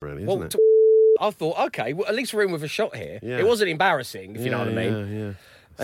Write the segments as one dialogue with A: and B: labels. A: apparently,
B: Well,
A: isn't it?
B: to- I thought, okay, well, at least we're in with a shot here.
A: Yeah.
B: It wasn't embarrassing, if you know what I mean.
A: Yeah, yeah.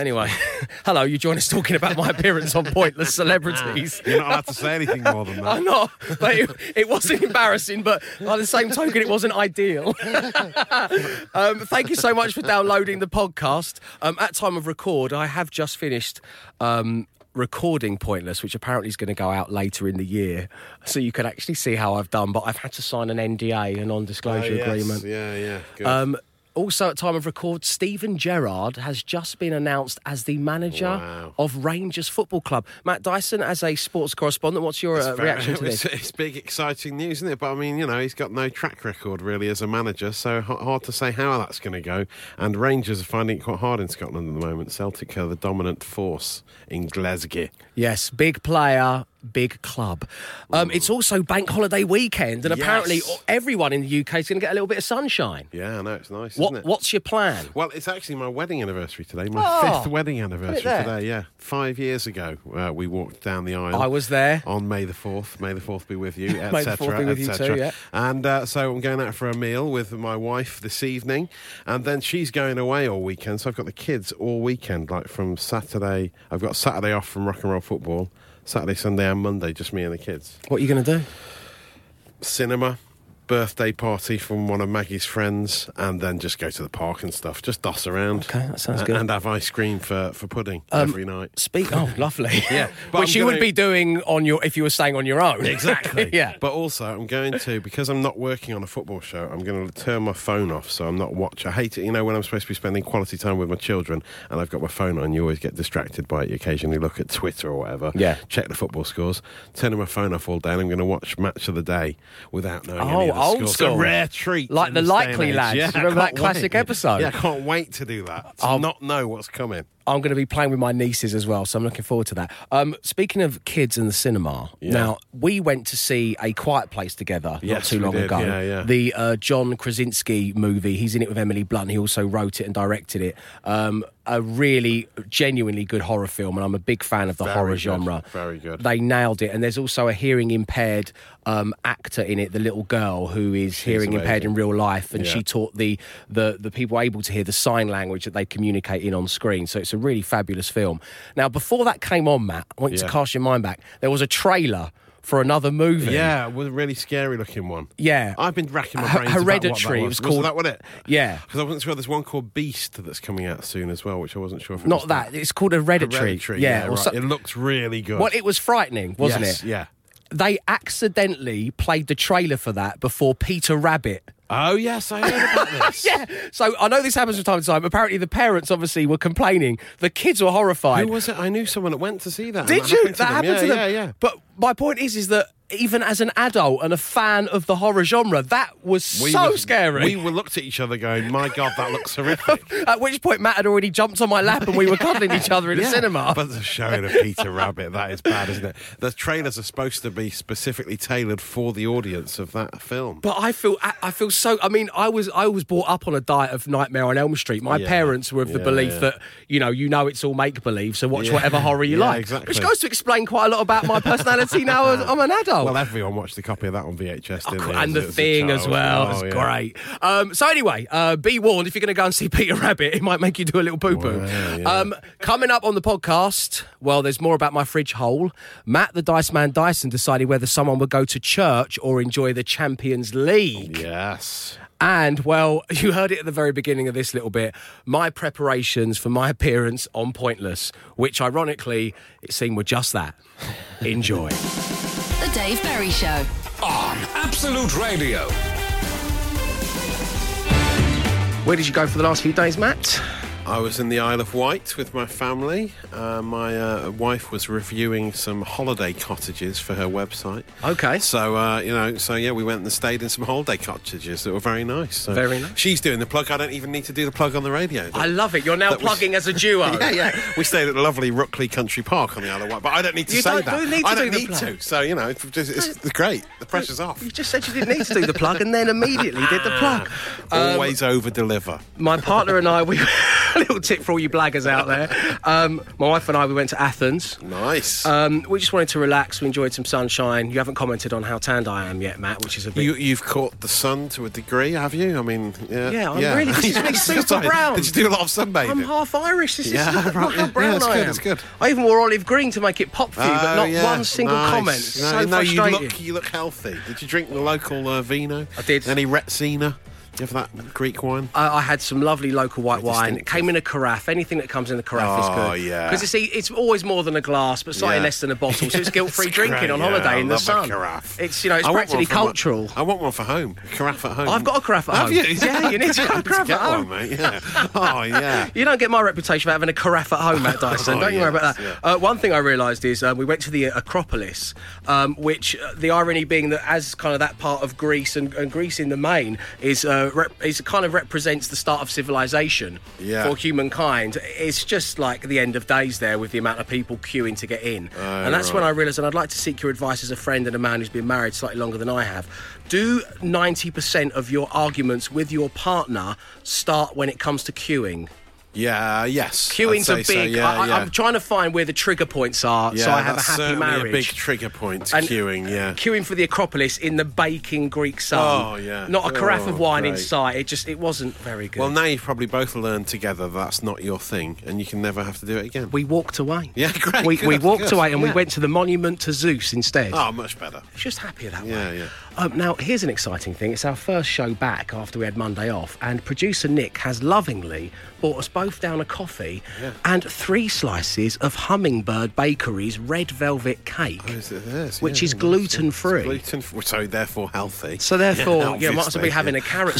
B: Anyway, hello, you join us talking about my appearance on Pointless Celebrities.
C: You're not allowed to say anything more than that.
B: I'm not, but it, it wasn't embarrassing, but by the same token, it wasn't ideal. um, thank you so much for downloading the podcast. Um, at time of record, I have just finished. Um, Recording Pointless, which apparently is going to go out later in the year, so you can actually see how I've done. But I've had to sign an NDA, a non-disclosure
A: Oh, yes.
B: agreement.
A: Yeah, yeah. Good.
B: Um, also, at time of record, Stephen Gerrard has just been announced as the manager
A: Wow.
B: of Rangers Football Club. Matt Dyson, as a sports correspondent, what's your uh,
A: Very-
B: reaction to
A: it's,
B: this?
A: it's big, exciting news, isn't it? But I mean, you know, he's got no track record really as a manager, so h- hard to say how that's going to go. And Rangers are finding it quite hard in Scotland at the moment. Celtic are the dominant force in Glasgow.
B: Yes, big player, big club. Um, it's also bank holiday weekend, and
A: Yes.
B: apparently everyone in the UK is going to get a little bit of sunshine.
A: Yeah, I know it's nice, isn't
B: What,
A: it?
B: what's your plan?
A: Well, it's actually my wedding anniversary today. My
B: Oh,
A: fifth wedding anniversary
B: there.
A: today. Yeah, five years ago uh, we walked down the aisle.
B: I was there.
A: on May the fourth. May the fourth be with you,
B: May the 4th be
A: etc.,
B: with you too,
A: etc.
B: yeah.
A: And uh, so I'm going out for a meal with my wife this evening, and then she's going away all weekend. So I've got the kids all weekend, like from Saturday. I've got Saturday off from rock and roll football. Saturday, Sunday, and Monday, just me and the kids.
B: What are you going to do?
A: Cinema. Birthday party from one of Maggie's friends, and then just go to the park and stuff. Just doss around.
B: Okay, that sounds
A: A-
B: good. Um,
A: And have ice cream for, for pudding every night.
B: Speak. Oh, lovely.
A: Yeah, but
B: which
A: I'm
B: you would
A: gonna-
B: be doing on your if you were staying on your own.
A: Exactly.
B: yeah.
A: But also, I'm going to because I'm not working on a football show. I'm going to turn my phone off, so I'm not watch. I hate it. You know, when I'm supposed to be spending quality time with my children, and I've got my phone on, you always get distracted by it. You occasionally look at Twitter or whatever.
B: Yeah.
A: Check the football scores. Turning my phone off all day. and I'm going to watch match of the day without knowing any of
B: Oh,
A: the
B: old
A: scores. It's
B: school.
A: a rare treat.
B: Like
A: in
B: the
A: this day and
B: Likely
A: age.
B: Lads.
A: Yeah, I
B: Remember that
A: can't
B: classic
A: wait.
B: episode? Oh.
A: Yeah, I can't wait to do that. To not know what's coming.
B: I'm going to be playing with my nieces as well, so I'm looking forward to that. Um, speaking of kids in the cinema, now we went to see A Quiet Place together not
A: Yes,
B: too
A: we
B: long
A: did.
B: ago.
A: Yeah, yeah.
B: The uh, John Krasinski movie. He's in it with Emily Blunt. He also wrote it and directed it. Um, a really genuinely good horror film, and I'm a big fan of the horror
A: good.
B: genre.
A: Very good.
B: They nailed it, and there's also a hearing impaired um, actor in it, the little girl who is hearing impaired
A: amazing.
B: in real life, and
A: Yeah.
B: she taught the, the the people able to hear the sign language that they communicate in on screen. So it's a really fabulous film. Now, before that came on, Matt, I want you to
A: Yeah.
B: cast your mind back. There was a trailer for another movie.
A: Yeah, with a really scary looking one.
B: Yeah.
A: I've been racking my
B: Her-
A: brains. About what
B: Hereditary, it
A: that
B: was
A: was.
B: called-
A: was that what it?
B: Yeah.
A: because I wasn't sure. There's one called Beast that's coming out soon as well, which I wasn't sure if it
B: Not
A: was
B: that. It's called Hereditary.
A: Hereditary, yeah,
B: or
A: right.
B: so-
A: it looks really good.
B: well, it was frightening, wasn't
A: Yes,
B: it?
A: Yeah.
B: They accidentally played the trailer for that before Peter Rabbit.
A: Oh yes, I heard about this.
B: Yeah. So I know this happens from time to time. Apparently, the parents obviously were complaining. The kids were horrified.
A: Who was it? I knew someone that went to see that. and
B: Did you?
A: to
B: that happened
A: yeah,
B: to them.
A: Yeah, yeah.
B: But my point is, is that even as an adult and a fan of the horror genre, that was so
A: were- We
B: scary.
A: were looked at each other going, "My God, that looks horrific."
B: At which point, Matt had already jumped on my lap and we were cuddling each other in the
A: Yeah,
B: cinema.
A: But the showing of Peter Rabbit, that is bad, isn't it? The trailers are supposed to be specifically tailored for the audience of that film.
B: But I feel I- I feel so. I mean, I was I was brought up on a diet of Nightmare on Elm Street. My
A: Yeah.
B: parents were of the
A: Yeah,
B: belief
A: yeah.
B: that you know you know it's all make believe, so watch
A: Yeah.
B: whatever horror you
A: Yeah,
B: like.
A: exactly.
B: Which goes to explain quite a lot about my personality now. as I'm an adult.
A: Well, everyone watched a copy of that on VHS, didn't they?
B: Oh. and the
A: as a
B: thing
A: child?
B: as well.
A: Oh,
B: it's
A: yeah.
B: great. Um, so anyway, uh, be warned if you're going to go and see Peter Rabbit, it might make you do a little poo poo.
A: Wow, yeah.
B: um, coming up on the podcast, well, there's more about my fridge hole. Matt the Dice Man Dyson decided whether someone would go to church or enjoy the Champions League.
A: Yes.
B: And well, you heard it at the very beginning of this little bit. My preparations for my appearance on Pointless, which ironically it seemed were just that. Enjoy.
D: The Dave Berry Show.
E: On Absolute Radio.
B: Where did you go for the last few days, Matt?
A: I was in the Isle of Wight with my family. Uh, my uh, wife was reviewing some holiday cottages for her website.
B: Okay.
A: So uh, you know, so yeah, we went and stayed in some holiday cottages that were very nice. So
B: Very nice.
A: She's doing the plug. I don't even need to do the plug on the radio.
B: I love it. You're now
A: That was-
B: plugging as a duo.
A: yeah, yeah. We stayed at the lovely Rookley Country Park on the Isle of Wight, but I don't need to
B: You
A: say
B: don't-
A: that.
B: don't need to
A: I
B: do
A: don't
B: the
A: need
B: plug. Um,
A: to. So you know, it's, just, it's great. The pressure's off.
B: You just said you didn't need to do the plug and then immediately did the plug.
A: Always over deliver.
B: My partner and I, we, a little tip for all you blaggers out there. Um, my wife and I, we went to Athens.
A: Nice.
B: Um, we just wanted to relax. We enjoyed some sunshine. You haven't commented on how tanned I am yet, Matt, which is a bit.
A: you, you've caught the sun to a degree, have you? I mean, yeah.
B: Yeah, I'm really- this is me, super brown.
A: Did you do a lot of sunbathing?
B: I'm half Irish. This
A: Yeah,
B: is look,
A: right,
B: look
A: yeah,
B: how brown
A: it's
B: I
A: good,
B: am.
A: it's good.
B: I even wore olive green to make it pop for you, but
A: Oh,
B: not
A: yeah.
B: one single
A: Nice.
B: comment. It's
A: No,
B: so
A: no, you
B: frustrating.
A: look, you look healthy. Did you drink the local uh, vino?
B: I did.
A: Any Retsina? Do you have that Greek wine?
B: I, I had some lovely local white wine. It
A: distinctive.
B: came in a carafe. Anything that comes in the carafe is
A: Oh,
B: good.
A: yeah.
B: Because it's, e- it's always more than a glass, but slightly
A: Yeah.
B: less than a bottle. So it's guilt free
A: It's
B: drinking
A: great,
B: on
A: yeah,
B: holiday
A: I
B: in the
A: love a
B: sun.
A: carafe.
B: It's you know it's
A: I want one
B: practically
A: for my-
B: cultural.
A: I want one for home. A carafe at home.
B: I've got a carafe at
A: Have
B: home.
A: you?
B: Yeah, you need to have a carafe
A: Get
B: at home.
A: one, mate. Yeah. Oh yeah.
B: You don't get my reputation for having a carafe at home, Matt Dyson.
A: Oh,
B: don't you worry about
A: yes,
B: that. Uh, one thing I realised is um, we went to the Acropolis, um, which uh, the irony being that as kind of that part of Greece and, and Greece in the main is uh, rep- is kind of represents the start of civilization
A: Yeah.
B: for humankind. It's just like the end of days there with the amount of people queuing to get in,
A: Oh,
B: and that's when I realised. And I'd like to seek your advice as a friend and a man who's been married slightly longer than I have. Do ninety percent of your arguments with your partner start when it comes to queuing?
A: Yeah. Yes.
B: Queuing's a
A: I'd
B: big.
A: say So. Yeah,
B: I,
A: yeah.
B: I, I'm trying to find where the trigger points are, so
A: Yeah,
B: I have a
A: that's
B: happy
A: certainly
B: marriage.
A: A big trigger point.
B: And-
A: queuing. Yeah.
B: Queuing for the Acropolis in the baking Greek sun.
A: Oh, yeah.
B: Not a carafe of
A: Oh,
B: wine in
A: great.
B: sight. It just it wasn't very good.
A: Well, now you've probably both learned together that's not your thing, and you can never have to do it again.
B: we walked away.
A: Yeah, great,
B: We,
A: good,
B: we walked
A: good,
B: away and we
A: yeah.
B: went to the monument to Zeus instead.
A: oh, much better.
B: I was Just happier that
A: Yeah,
B: way.
A: yeah.
B: Um, now, here's an exciting thing. It's our first show back after we had Monday off, and producer Nick has lovingly bought us both down a coffee and three slices of Hummingbird Bakery's red velvet cake.
A: Oh, Is it this?
B: Which
A: Yeah,
B: is
A: yeah.
B: gluten
A: It's
B: free.
A: Gluten free, so therefore healthy.
B: So therefore, yeah, might as well
A: obviously,
B: be having
A: yeah.
B: a carrot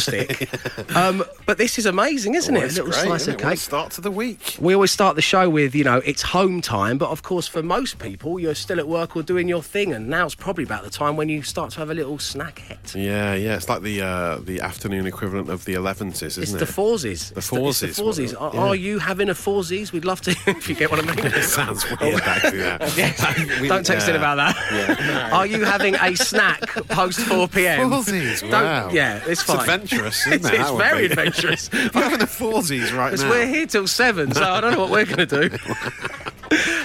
B: stick. um, but this is amazing, isn't
A: Oh,
B: it? A
A: it's
B: little
A: great,
B: slice
A: isn't
B: of
A: it? What a
B: cake.
A: start to the week.
B: We always start the show with, you know, it's home time, but of course, for most people, you're still at work or doing your thing, and now it's probably about the time when you start to have a little snackette.
A: Yeah, yeah. It's like the uh, the afternoon equivalent of the elevenses, isn't
B: It's
A: it?
B: the foursies.
A: The
B: It's it's the
A: foursies,
B: foursies.
A: what-
B: Are,
A: yeah.
B: are you having a foursies? We'd love to, if you get what I mean.
A: It sounds weird, actually. That. We-
B: Don't text in
A: yeah.
B: about that. Are you having a snack post 4 p.m.?
A: Foursies,
B: Um, Don't-
A: wow.
B: Yeah, it's fine.
A: adventurous, isn't
B: It's-
A: it?
B: It's
A: That would
B: very
A: be.
B: adventurous.
A: We're having the foursies right
B: Because
A: now.
B: we're here till seven, so I don't know what we're going to do.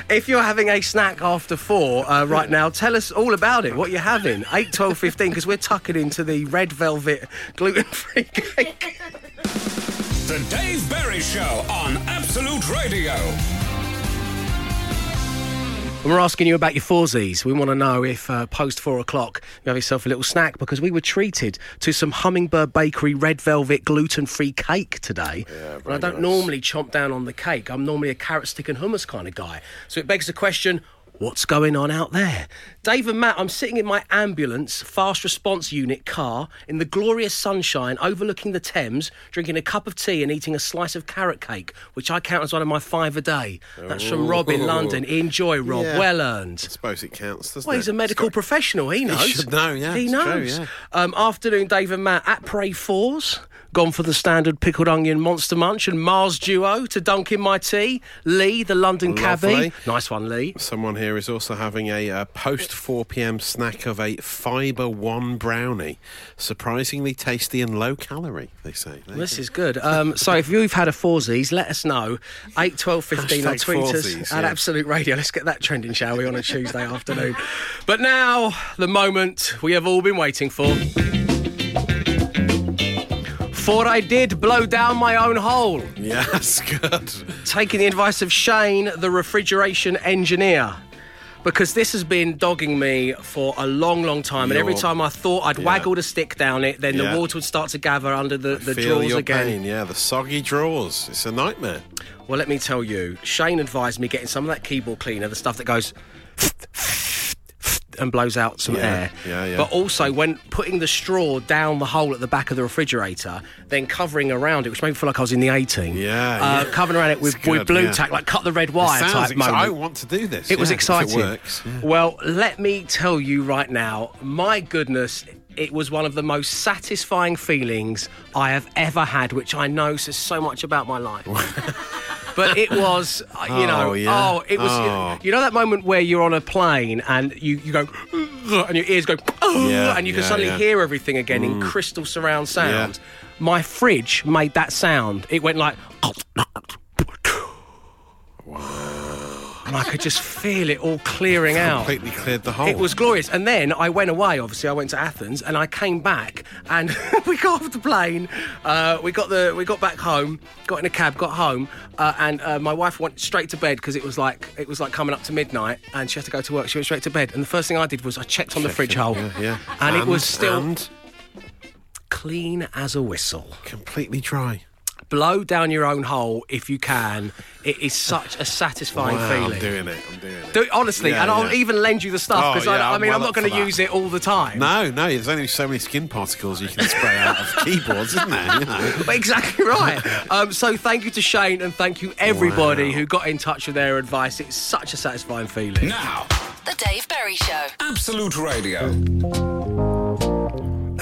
B: if you're having a snack after four uh, right now, tell us all about it, what you're having. 8, 12, 15, because we're tucking into the red velvet gluten free cake.
E: The Dave Berry Show on Absolute Radio.
B: And we're asking you about your foursies. We want to know if uh, post four o'clock you have yourself a little snack because we were treated to some Hummingbird Bakery red velvet gluten free cake today. and I don't normally chomp down on the cake. I'm normally a carrot stick and hummus kind of guy. So it begs the question. What's going on out there? Dave and Matt, I'm sitting in my ambulance, fast response unit car, in the glorious sunshine, overlooking the Thames, drinking a cup of tea and eating a slice of carrot cake, which I count as one of my five a day. That's from Rob in
A: Ooh.
B: London. Enjoy, Rob.
A: Yeah.
B: Well earned.
A: I suppose it counts, doesn't
B: Well,
A: it?
B: he's a medical
A: It's got-
B: professional. He knows.
A: should know, yeah,
B: He
A: it's true,
B: knows.
A: yeah.
B: um, afternoon, Dave and Matt at Prey Fours. Gone for the standard pickled onion monster munch and Mars duo to dunk in my tea. Lee, the London cabbie.
A: Lovely.
B: Nice one, Lee.
A: Someone here is also having a uh, post 4 p.m. snack of a fibre one brownie. Surprisingly tasty and low calorie, they say. There you
B: This is good. Um, so if you've had a foursies, let us know. 8, 12, 15 on
A: Hashtag
B: tweet us
A: foursies,
B: at
A: yeah.
B: Absolute Radio. Let's get that trending, shall we, on a Tuesday afternoon. But now, the moment we have all been waiting for. For I did blow down my own hole.
A: go. Yes, good.
B: taking the advice of Shane, the refrigeration engineer. Because this has been dogging me for a long, long time, and every
A: Your-
B: time I thought I'd
A: yeah.
B: waggled a stick down it, then
A: Yeah.
B: the water would start to gather under the, the
A: Feel
B: drawers
A: your
B: again.
A: pain, yeah. The soggy drawers. It's a nightmare.
B: Well, let me tell you, Shane advised me getting some of that keyboard cleaner, the stuff that goes and blows out some
A: Yeah,
B: air.
A: yeah, yeah.
B: But also, when putting the straw down the hole at the back of the refrigerator, then covering around it, which made me feel like I was in the 18.
A: Yeah,
B: Uh,
A: yeah.
B: Covering around it with,
A: It's
B: with
A: good,
B: blue
A: yeah.
B: tack, like cut the red wire
A: Sounds
B: type
A: exci-
B: moment.
A: I want to do this.
B: It was
A: yeah, if
B: exciting. Mm.
A: It works. yeah.
B: Well, let me tell you right now, my goodness, it was one of the most satisfying feelings I have ever had, which I know says so much about my life. But it was, uh, you know,
A: Oh, yeah?
B: oh, it was,
A: Oh.
B: you know, that moment where you're on a plane and you, you go, and your ears go,
A: Yeah,
B: and you can
A: yeah,
B: suddenly
A: yeah. Mm.
B: hear everything again in crystal surround sound. My fridge made that sound. It went like, and I could just feel it all clearing out.
A: Completely cleared the hole.
B: It was glorious. And then I went away, obviously. I went to Athens and I came back and we got off the plane. Uh, we got the we got back home, got in a cab, got home, uh, and uh, my wife went straight to bed because it was like it was like coming up to midnight and she had to go to work. She went straight to bed. And the first thing I did was I checked on the fridge hole.
A: yeah.
B: And, it was still
A: and
B: clean as a whistle.
A: completely dry.
B: Blow down your own hole if you can. It is such a satisfying
A: Wow,
B: feeling.
A: I'm doing it. I'm doing it.
B: Do- honestly,
A: Yeah,
B: and I'll
A: yeah.
B: even lend you the stuff
A: Oh,
B: because
A: yeah,
B: I, I
A: I'm
B: mean,
A: well
B: I'm not
A: up for
B: going to
A: that.
B: use it all the time.
A: No, no. There's only so many skin particles you can spray out of keyboards, isn't there? You know.
B: But exactly right. um, so thank you to Shane and thank you everybody
A: Wow.
B: who got in touch with their advice. It's such a satisfying feeling.
E: Now,
D: The Dave Berry Show.
E: Absolute Radio.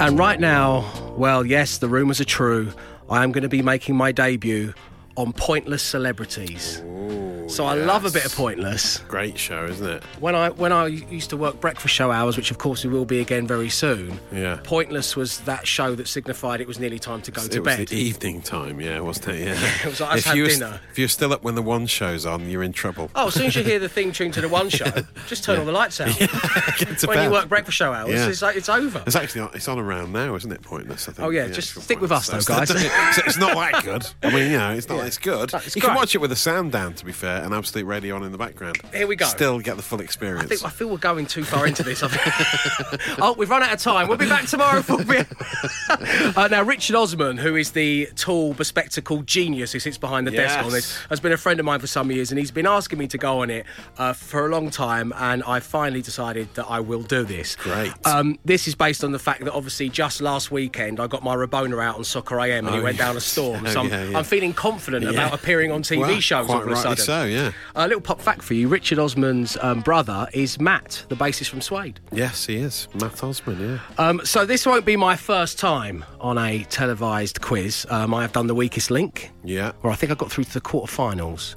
B: And right now, well, yes, the rumours are true. I am going to be making my debut on Pointless Celebrities.
A: Oh,
B: so I love a bit of Pointless.
A: Great show, isn't it?
B: When I when I used to work breakfast show hours, which of course we will be again very soon.
A: Yeah.
B: Pointless was that show that signified it was nearly time to go to
A: it
B: bed.
A: was the e- evening time, yeah, wasn't it? Yeah.
B: it was like, let's have
A: you were
B: dinner.
A: if you're still up when the one show's on, you're in trouble.
B: Oh, as soon as you hear the theme tune to the one show, just turn all the lights out.
A: Get to
B: when you
A: bed.
B: work breakfast show hours,
A: Yeah.
B: it's, like, it's over.
A: It's actually on, it's on around now, isn't it? Pointless. I think.
B: Oh, yeah,
A: the
B: just
A: actual
B: stick with us,
A: Pointless.
B: though,
A: It's-
B: guys.
A: it's, it's not that good. I mean, you know, it's not. It's good.
B: No, it's
A: you
B: great.
A: can watch it with the sound down, to be fair, and absolute radio on in the background.
B: Here we go.
A: Still get the full experience.
B: I, think, I feel we're going too far into this. I think- oh, we've run out of time. We'll be back tomorrow for beer. uh, now, Richard Osman, who is the tall, bespectacled genius who sits behind the desk on
A: Yes.
B: this, has been a friend of mine for some years, and he's been asking me to go on it uh, for a long time, and I finally decided that I will do this.
A: Great.
B: Um, this is based on the fact that obviously just last weekend I got my Rabona out on Soccer AM, and he
A: Oh,
B: went down a
A: yes.
B: storm.
A: Oh,
B: so I'm,
A: yeah, yeah.
B: I'm feeling confident about appearing on TV
A: Well,
B: shows
A: quite
B: all of a
A: rightly
B: sudden.
A: so, yeah.
B: A little pop fact for you: Richard Osman's um, brother is Matt, the bassist from Suede.
A: yes, he is Matt Osman. Yeah.
B: Um, so this won't be my first time on a televised quiz. Um, I have done the Weakest Link,
A: yeah.
B: or I think I got through to the quarterfinals.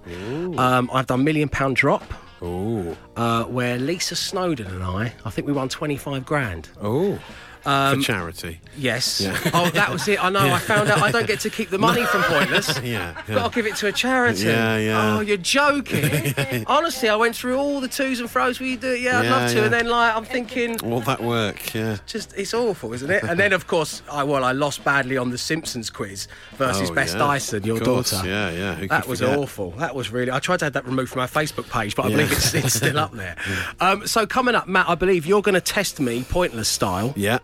B: Um, I've done Million Pound Drop,
A: Oh.
B: uh, where Lisa Snowden and I, I think we won twenty-five grand.
A: Oh.
B: um,
A: For charity.
B: Yes. Oh, that was it. I know. I found out I don't get to keep the money from Pointless.
A: Yeah,
B: Got
A: yeah.
B: to give it to a charity.
A: Yeah, yeah.
B: Oh, you're joking. Honestly, I went through all the twos and fro's. We do. Yeah, I'd
A: Yeah,
B: love to.
A: yeah.
B: And then, like, I'm thinking.
A: All that work. Yeah.
B: Just it's awful, isn't it? And then of course, I well, I lost badly on the Simpsons quiz versus
A: Oh,
B: Best
A: yeah.
B: Dyson, your
A: Of course,
B: daughter.
A: yeah, yeah, who
B: That
A: could
B: was
A: forget?
B: awful. That was really. I tried to have that removed from my Facebook page, but I believe it's, it's still up there. Um, so coming up, Matt, I believe you're going to test me pointless style.
A: Yeah.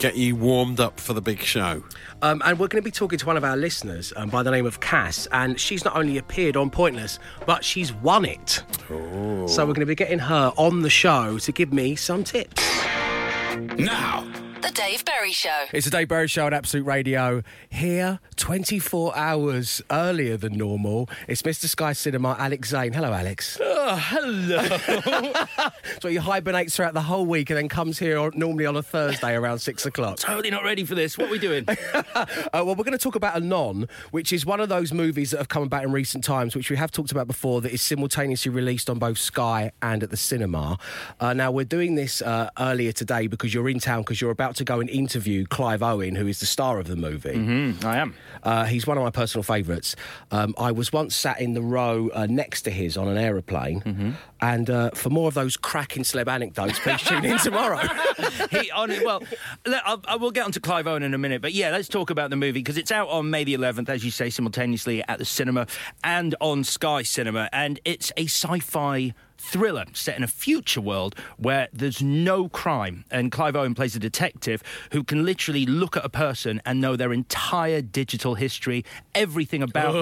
A: Get you warmed up for the big show.
B: Um, and we're going to be talking to one of our listeners um, by the name of Cass. And she's not only appeared on Pointless, but she's won it. So we're going to be getting her on the show to give me some tips.
E: Now,
D: The Dave Berry Show.
B: It's the Dave Berry Show on Absolute Radio. Here, 24 hours earlier than normal, it's Mr. Sky Cinema, Alex Zane. Hello, Alex.
F: Oh, hello.
B: So he hibernates throughout the whole week and then comes here on, normally on a Thursday around 6 o'clock.
F: totally not ready for this. What are we doing?
B: Uh, well, we're going to talk about Anon, which is one of those movies that have come about in recent times, which we have talked about before, that is simultaneously released on both Sky and at the cinema. Uh, now, we're doing this uh, earlier today because you're in town because you're about to go and interview Clive Owen, who is the star of the movie.
F: Mm-hmm, I am.
B: Uh, he's one of my personal favourites. Um, I was once sat in the row uh, next to his on an aeroplane.
F: Mm-hmm.
B: And uh, for more of those cracking celeb anecdotes, please tune in tomorrow.
F: He on it. Well, look, I'll, I will get on to Clive Owen in a minute, but yeah, let's talk about the movie because it's out on May the 11th, as you say, simultaneously at the cinema and on Sky Cinema, and it's a sci-fi thriller set in a future world where there's no crime, and Clive Owen plays a detective who can literally look at a person and know their entire digital history, everything about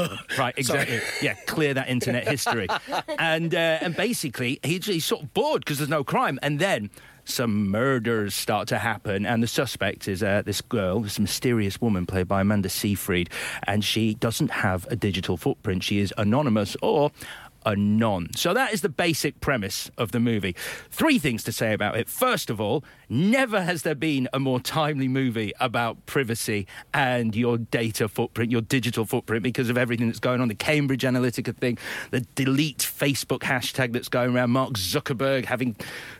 F: them. Right, exactly. Yeah, clear that internet history, and uh, and basically he's, he's sort of bored because there's no crime, and then some murders start to happen, and the suspect is uh, this girl, this mysterious woman played by Amanda Seyfried, and she doesn't have a digital footprint. She is anonymous or anon. So that is the basic premise of the movie. Three things to say about it. First of all, never has there been a more timely movie about privacy and your data footprint, your digital footprint, because of everything that's going on. The Cambridge Analytica thing, the delete Facebook hashtag that's going around, Mark Zuckerberg having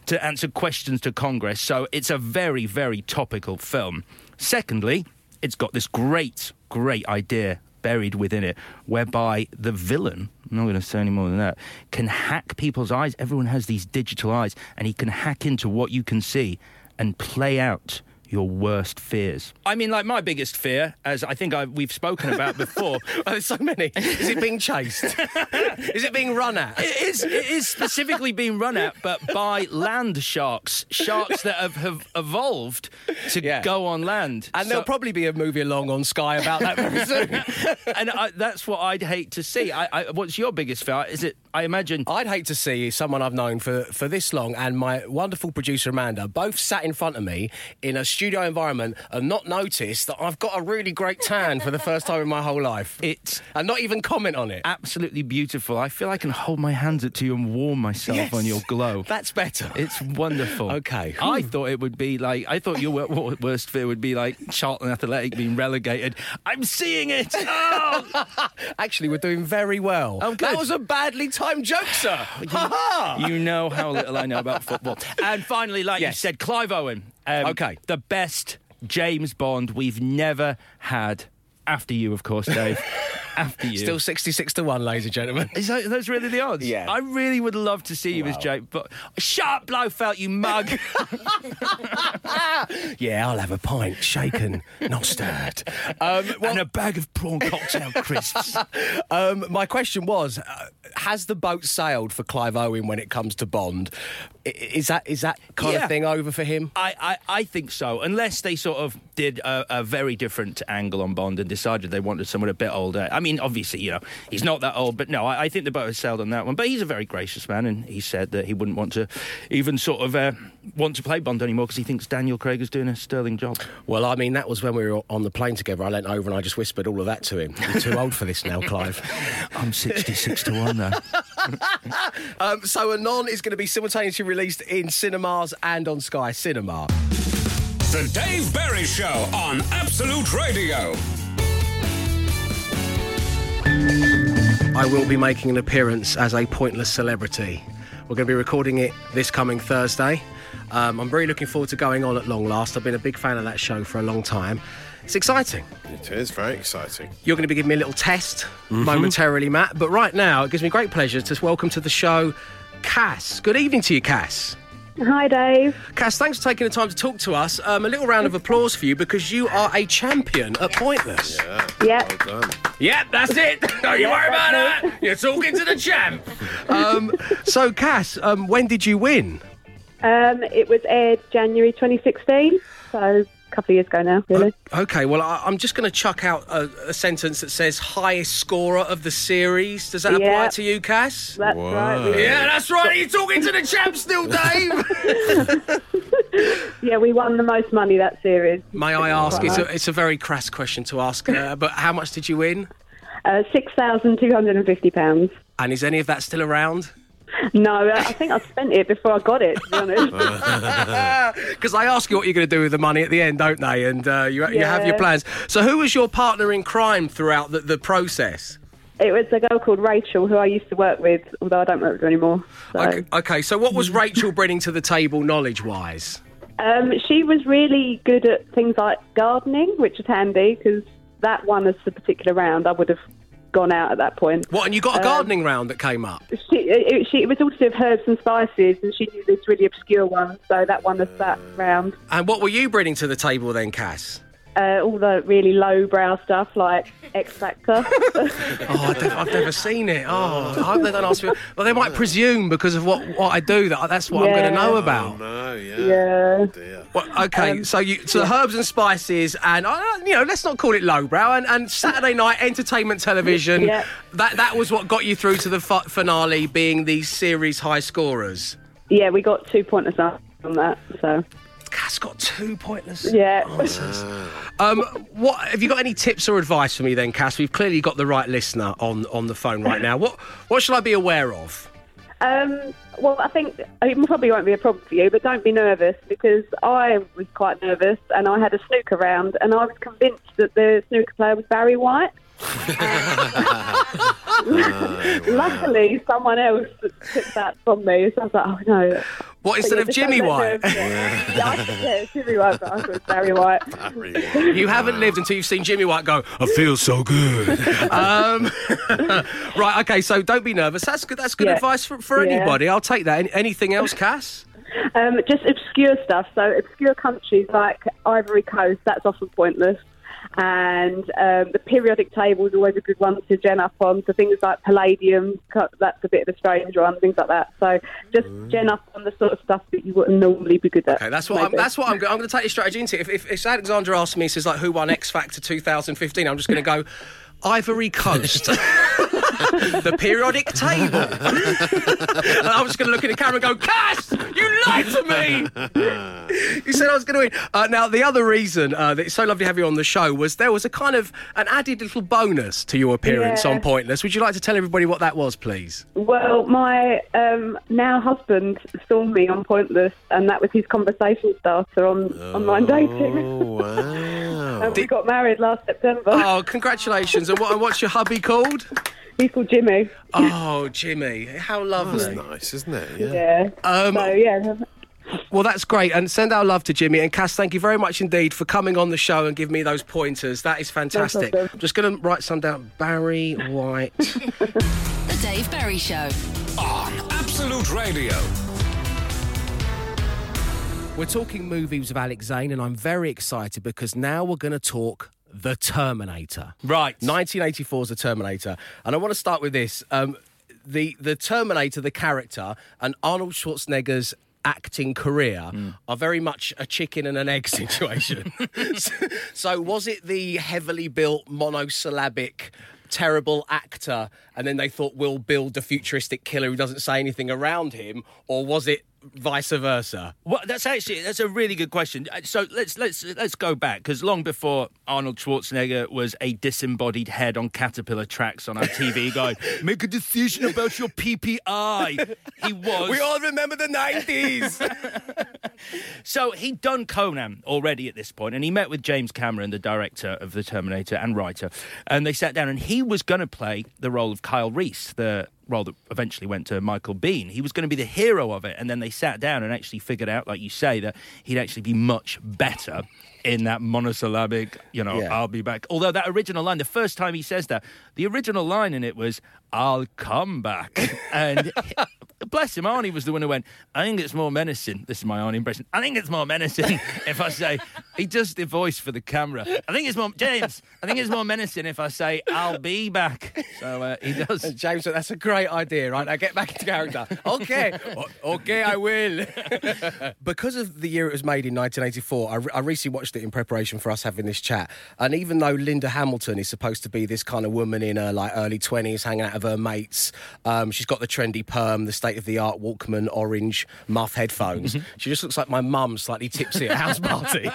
F: to answer questions to Congress. So it's a very, very topical film. Secondly, it's got this great, great idea buried within it, whereby the villain, I'm not going to say any more than that, can hack people's eyes. Everyone has these digital eyes, and he can hack into what you can see and play out your worst fears.
B: I mean, like my biggest fear, as I think I, we've spoken about before. oh, there's so many. Is it being chased? Is it being run at?
F: It is, it is specifically being run at, but by land sharks, sharks that have, have evolved to
B: Yeah.
F: go on land.
B: And
F: So-
B: there'll probably be a movie along on Sky about that very soon.
F: and I, that's what I'd hate to see. I, I, what's your biggest fear? Is it? I imagine.
B: I'd hate to see someone I've known for, for this long and my wonderful producer Amanda both sat in front of me in a studio environment and not notice that I've got a really great tan for the first time in my whole life.
F: It's
B: and not even comment on it.
F: absolutely beautiful. I feel I can hold my hands up to you and warm myself
B: Yes.
F: on your glow.
B: That's better.
F: It's wonderful.
B: Okay.
F: I thought it would be like, I thought your wor- wor- worst fear would be like Charlton Athletic being relegated. I'm seeing it. Oh!
B: Actually, we're doing very well.
F: Oh, good.
B: That was a badly timed joke, sir. ha ha!
F: you know how little I know about football. And finally, like you
B: Yes.
F: said, Clive Owen. Um,
B: Okay.
F: The best James Bond we've never had. After you, of course, Dave. After you.
B: Still 66 to 1, ladies and gentlemen.
F: Is that, that's really the odds?
B: Yeah.
F: I really would love to see you as Jake, but shut up, Blofeld, you mug.
B: Yeah, I'll have a pint, shaken, not stirred. Um, well,
F: and a bag of prawn cocktail crisps.
B: um, my question was: uh, Has the boat sailed for Clive Owen when it comes to Bond? I- Is that is that kind
F: Yeah.
B: of thing over for him?
F: I, I, I think so, unless they sort of did a, a very different angle on Bond and decided they wanted someone a bit older. I mean, obviously, you know, he's not that old, but no, I, I think the boat has sailed on that one. But he's a very gracious man, and he said that he wouldn't want to even sort of uh, want to play Bond anymore because he thinks Daniel Craig is doing a sterling job.
B: Well, I mean, that was when we were on the plane together. I leant over and I just whispered all of that to him. You're too old for this now, Clive.
F: I'm 66 to 1, though.
B: Um, so, Anon is going to be simultaneously released in cinemas and on Sky Cinema.
E: The Dave Berry Show on Absolute Radio.
B: I will be making an appearance as a pointless celebrity. We're going to be recording it this coming Thursday. Um, I'm really looking forward to going on at long last. I've been a big fan of that show for a long time. It's exciting.
A: It is very exciting.
B: You're going to be giving me a little test momentarily, Matt. But right now, it gives me great pleasure to welcome to the show Cass. Good evening to you, Cass.
G: Hi, Dave.
B: Cass, thanks for taking the time to talk to us. Um, a little round of applause for you because you are a champion at Pointless.
G: Yeah.
A: Well done.
B: Yep, that's it. Don't you worry about that. You're talking to the champ. Um, so, Cass, um, when did you win?
G: Um, it was aired January 2016, so a couple of years ago now, really.
B: Okay, well, I, I'm just going to chuck out a, a sentence that says highest scorer of the series. Does that apply
G: Yeah.
B: to you, Cass?
G: That's
A: Wow.
G: right. We,
B: Yeah, that's right. Are you talking to the champ still, Dave?
G: yeah, we won the most money that series.
B: May I ask? It's a, it's a very crass question to ask, uh, but how much did you win?
G: Uh, £6,250.
B: And is any of that still around?
G: No, uh, I I think I spent it before I got it, to be honest.
B: Uh. Because they ask you what you're going to do with the money at the end, don't they? And uh, you, you have your
G: Yeah.
B: plans. So, who was your partner in crime throughout the, the process?
G: it was a girl called Rachel who I used to work with, although I don't work with her anymore. So.
B: Okay, okay, so what was Rachel bringing to the table knowledge wise?
G: Um, she was really good at things like gardening, which is handy because that one is the particular round. I would have gone out at that point.
B: What, and you
G: Um,
B: got a gardening round that came up?
G: She it, it- she it was all to do with herbs and spices, and she knew this really obscure one, so that one was that round.
B: And what were you bringing to the table then, Cass?
G: Uh, all the really lowbrow stuff like X Factor.
B: Oh, I don't- I've never seen it. Oh, I hope they don't ask me. Well, they might presume because of what, what I do that that's what I'm going to
G: Yeah.
B: know
A: Oh,
B: about.
A: no, yeah.
G: yeah.
A: Dear.
B: Well, okay, so you so herbs and spices, and uh, you know, let's not call it lowbrow. And, and Saturday night entertainment television.
G: Yeah.
B: That that was what got you through to the fi- finale, being the series high scorers.
G: Yeah, we got two pointers up on that, so.
B: Cass got two pointless.
G: Yeah.
B: Um, what have you got any tips or advice for me then, Cass? We've clearly got the right listener on on the phone right now. What what should I be aware of?
G: Um, well, I think it probably won't be a problem for you, but don't be nervous because I was quite nervous and I had a snooker round and I was convinced that the snooker player was Barry White. Luckily, someone else took that from me. So I was like, oh no,
B: What
G: But
B: instead
G: yeah,
B: of
G: just
B: Jimmy
G: don't
B: White?
G: let nerves- yeah, I said, yeah, it's Jimmy White, but I thought it was Barry White.
B: You haven't lived until you've seen Jimmy White go. "Oh, I feel so good. um, right. Okay. So don't be nervous. That's good. That's good
G: Yeah.
B: advice for, for
G: Yeah.
B: anybody. I'll take that. An- Anything else, Cass?
G: Um, just obscure stuff. So obscure countries like Ivory Coast, that's often pointless. And um, the periodic table is always a good one to gen up on. So things like palladium, cu- that's a bit of a strange one, things like that. So just gen up on the sort of stuff that you wouldn't normally be good at.
B: Mm. Okay, that's what I'm,
G: maybe.
B: that's what I'm. Go- I'm going to take your strategy into. it. If, if, if Alexandra asks me, says like, "Who won X Factor 2015?" I'm just going to go, "Ivory Coast." the periodic table. and I'm just going to look at the camera and go, "Cass, you lied to me." you said I was going to win. Uh, now, the other reason uh, that it's so lovely to have you on the show was there was a kind of an added little bonus to your appearance
G: Yeah.
B: on Pointless. Would you like to tell everybody what that was, please?
G: Well, my um, now husband saw me on Pointless, and that was his conversation starter on
B: Oh.
G: online dating.
A: Oh, wow.
G: and we got married last September.
B: Oh, congratulations! and, what, and what's your hubby called?
G: He's called Jimmy.
B: Oh, Jimmy, how lovely.
A: nice, isn't it? Yeah.
G: Yeah.
B: Um,
G: so yeah,
B: Well, that's great. And send our love to Jimmy. And Cass, thank you very much indeed for coming on the show and giving me those pointers. That is fantastic.
G: problem.
B: I'm just going to write some down. Barry White.
D: The Dave Berry Show.
E: On Absolute Radio.
B: we're talking movies with Alex Zane, and I'm very excited because now we're going to talk The Terminator.
F: Right.
B: 1984's The Terminator. And I want to start with this. Um, the, the Terminator, the character, and Arnold Schwarzenegger's acting career are very much a chicken and an egg situation. so, so was it the heavily built monosyllabic terrible actor and then they thought we'll build a futuristic killer who doesn't say anything around him or was it vice versa?
F: Well, that's actually that's a really good question. Uh, So let's let's let's go back because long before Arnold Schwarzenegger was a disembodied head on caterpillar tracks on our TV, going make a decision about your PPI. He was.
B: We all remember the 90s.
F: So he'd done Conan already at this point, and he met with James Cameron, the director of The Terminator and writer, and they sat down, and he was going to play the role of Kyle Reese, the role that eventually went to Michael Bean. He was going to be the hero of it, and then they sat down and actually figured out, like you say, that he'd actually be much better in that monosyllabic, you know,
B: Yeah.
F: I'll be back. Although that original line, the first time he says that, the original line in it was, I'll come back. And bless him, Arnie was the one who went, I think it's more menacing. This is my Arnie impression. I think it's more menacing if I say, he does the voice for the camera. I think it's more, James, I think it's more menacing if I say, I'll be back. So uh, he does.
B: James, that's a great idea, right? Now get back into character. Okay, O- okay, I will. because of the year it was made in 1984, I, re- I recently watched it in preparation for us having this chat. And even though Linda Hamilton is supposed to be this kind of woman in her like early 20s, hanging out of her mates, um, she's got the trendy perm, the state of the art Walkman orange muff headphones. she just looks like my mum, slightly tipsy at a house party.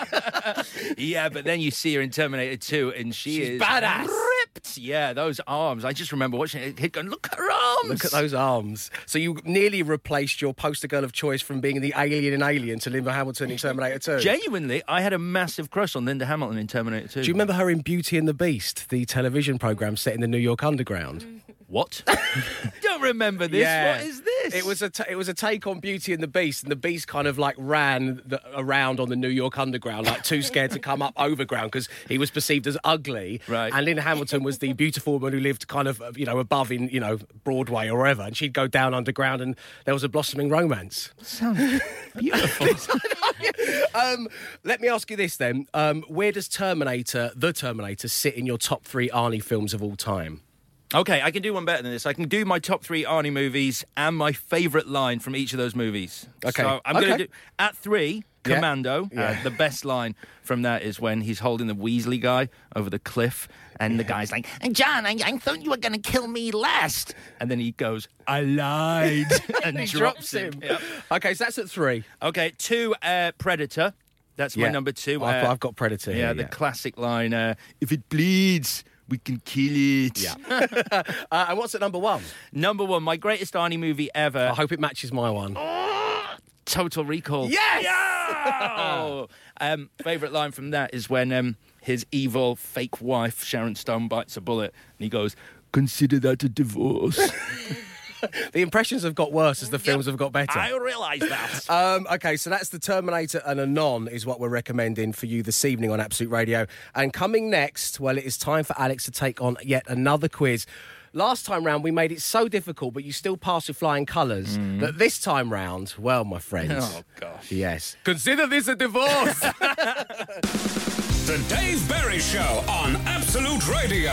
F: Yeah, but then you see her in Terminator 2, and she
B: She's
F: is
B: badass.
F: ripped. Yeah, those arms. I just remember watching it, kid going, look at her arms.
B: Look at those arms. So you nearly replaced your poster girl of choice from being the alien in Alien to Linda Hamilton in Terminator 2.
F: Genuinely, I had a massive crush on Linda Hamilton in Terminator 2.
B: Do you remember her in Beauty and the Beast, the television program set in the New York Underground?
F: What? Don't remember Mm-hmm. this. What is this?
B: It was a t- it was a take on Beauty and the Beast, and the Beast kind of like ran the, around on the New York Underground, like too scared to come up overground because he was perceived as ugly.
F: Right.
B: And Linda Hamilton was the beautiful woman who lived kind of you know above in you know Broadway or wherever, and she'd go down underground, and there was a blossoming romance.
F: sounds beautiful.
B: um, let me ask you this then: um, Where does Terminator, the Terminator, sit in your top three Arnie films of all time?
F: okay, I can do one better than this. I can do my top three Arnie movies and my favourite line from each of those movies.
B: Okay.
F: So I'm going
B: Okay.
F: to do at three.
B: Yeah.
F: Commando. Uh, the best line from that is when he's holding the Weasley guy over the cliff, and the guy's like, "And John, I, I thought you were going to kill me last," and then he goes, "I lied," and
B: He
F: drops, him. Yep.
B: Okay, so that's at three.
F: Okay, two uh, Predator. That's my number two.
B: I've,
F: uh,
B: I've got Predator.
F: Yeah,
B: here,
F: the classic line: uh, "If it bleeds, we can kill it."
B: Yeah. uh, and what's at number one?
F: Number one, my greatest Arnie movie
B: I
F: ever:
B: hope it matches my one.
F: Total Recall.
B: Yes!
F: Yeah! um, favorite line from that is when um, his evil fake wife Sharon Stone bites a bullet, and he goes, "Consider that a divorce."
B: the impressions have got worse as the films have got better.
F: I realise that.
B: Um, okay, so that's the Terminator and Anon is what we're recommending for you this evening on Absolute Radio. And coming next, well, it is time for Alex to take on yet another quiz. Last time round, we made it so difficult, but you still passed with flying colours. That this time round, well, my friends.
F: Oh, gosh.
B: Yes. Consider this a divorce.
E: The Dave Berry Show on Absolute Radio.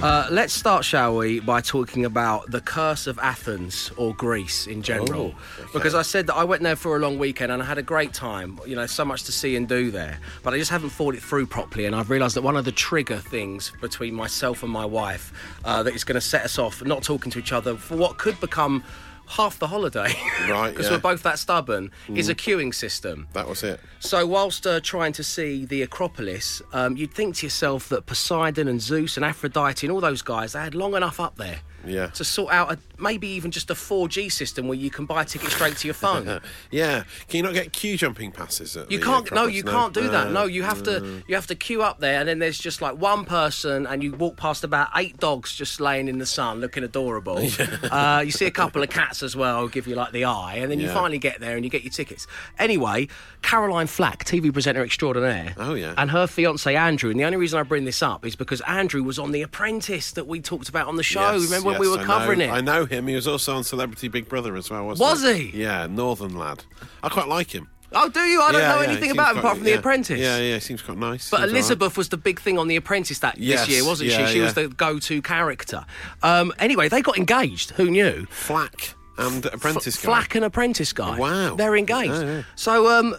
B: uh, let's start, shall we, by talking about the curse of Athens or Greece in general.
A: Oh,
B: Because I said that I went there for a long weekend and I had a great time. You know, so much to see and do there. But I just haven't thought it through properly. And I've realised that one of the trigger things between myself and my wife uh, that is going to set us off not talking to each other for what could become half the holiday.
A: Right,
B: Because
A: yeah. Mm.
B: we're both that stubborn, is a queuing system.
A: That was it.
B: So, whilst uh, trying to see the Acropolis, um, you'd think to yourself that Poseidon and Zeus and Aphrodite and all those guys, they had long enough up there.
A: Yeah.
B: To sort out a, maybe even just a 4G system where you can buy tickets straight to your phone.
A: Yeah. Can you not get queue jumping passes? At
B: You
A: the uh,
B: can't. No,
A: Acropolis?
B: you can't do that. No, you
A: Mm.
B: have to. You have to queue up there, and then there's just like one person, and you walk past about eight dogs just laying in the sun, looking adorable. uh, you see a couple of cats as well, give you like the eye, and then you
A: Yeah.
B: finally get there and you get your tickets. Anyway, Caroline Flack, TV presenter extraordinaire.
A: Oh, yeah.
B: And her fiance Andrew. And the only reason I bring this up is because Andrew was on The Apprentice that we talked about on the show.
A: Yes,
B: Remember when
A: yes,
B: we were
A: I know-
B: covering it?
A: I know him. He was also on Celebrity Big Brother as well, wasn't
B: Was
A: he?
B: he?
A: Yeah, Northern lad. I quite like him.
B: Oh, do you? I don't
A: Yeah,
B: know
A: yeah, he
B: anything
A: seems
B: about him
A: quite-
B: apart from
A: yeah.
B: The Apprentice.
A: Yeah, yeah, he seems quite nice.
B: But
A: Seems all right.
B: Elizabeth was the big thing on The Apprentice that
A: Yes,
B: this year, wasn't
A: yeah,
B: she? She was
A: yeah.
B: the go-to character. Um, anyway, they got engaged. Who knew?
A: Flack and Apprentice
B: F-
A: guy.
B: Flack and Apprentice guy.
A: Wow. Oh,
B: they're engaged.
A: Yeah, yeah.
B: So, um,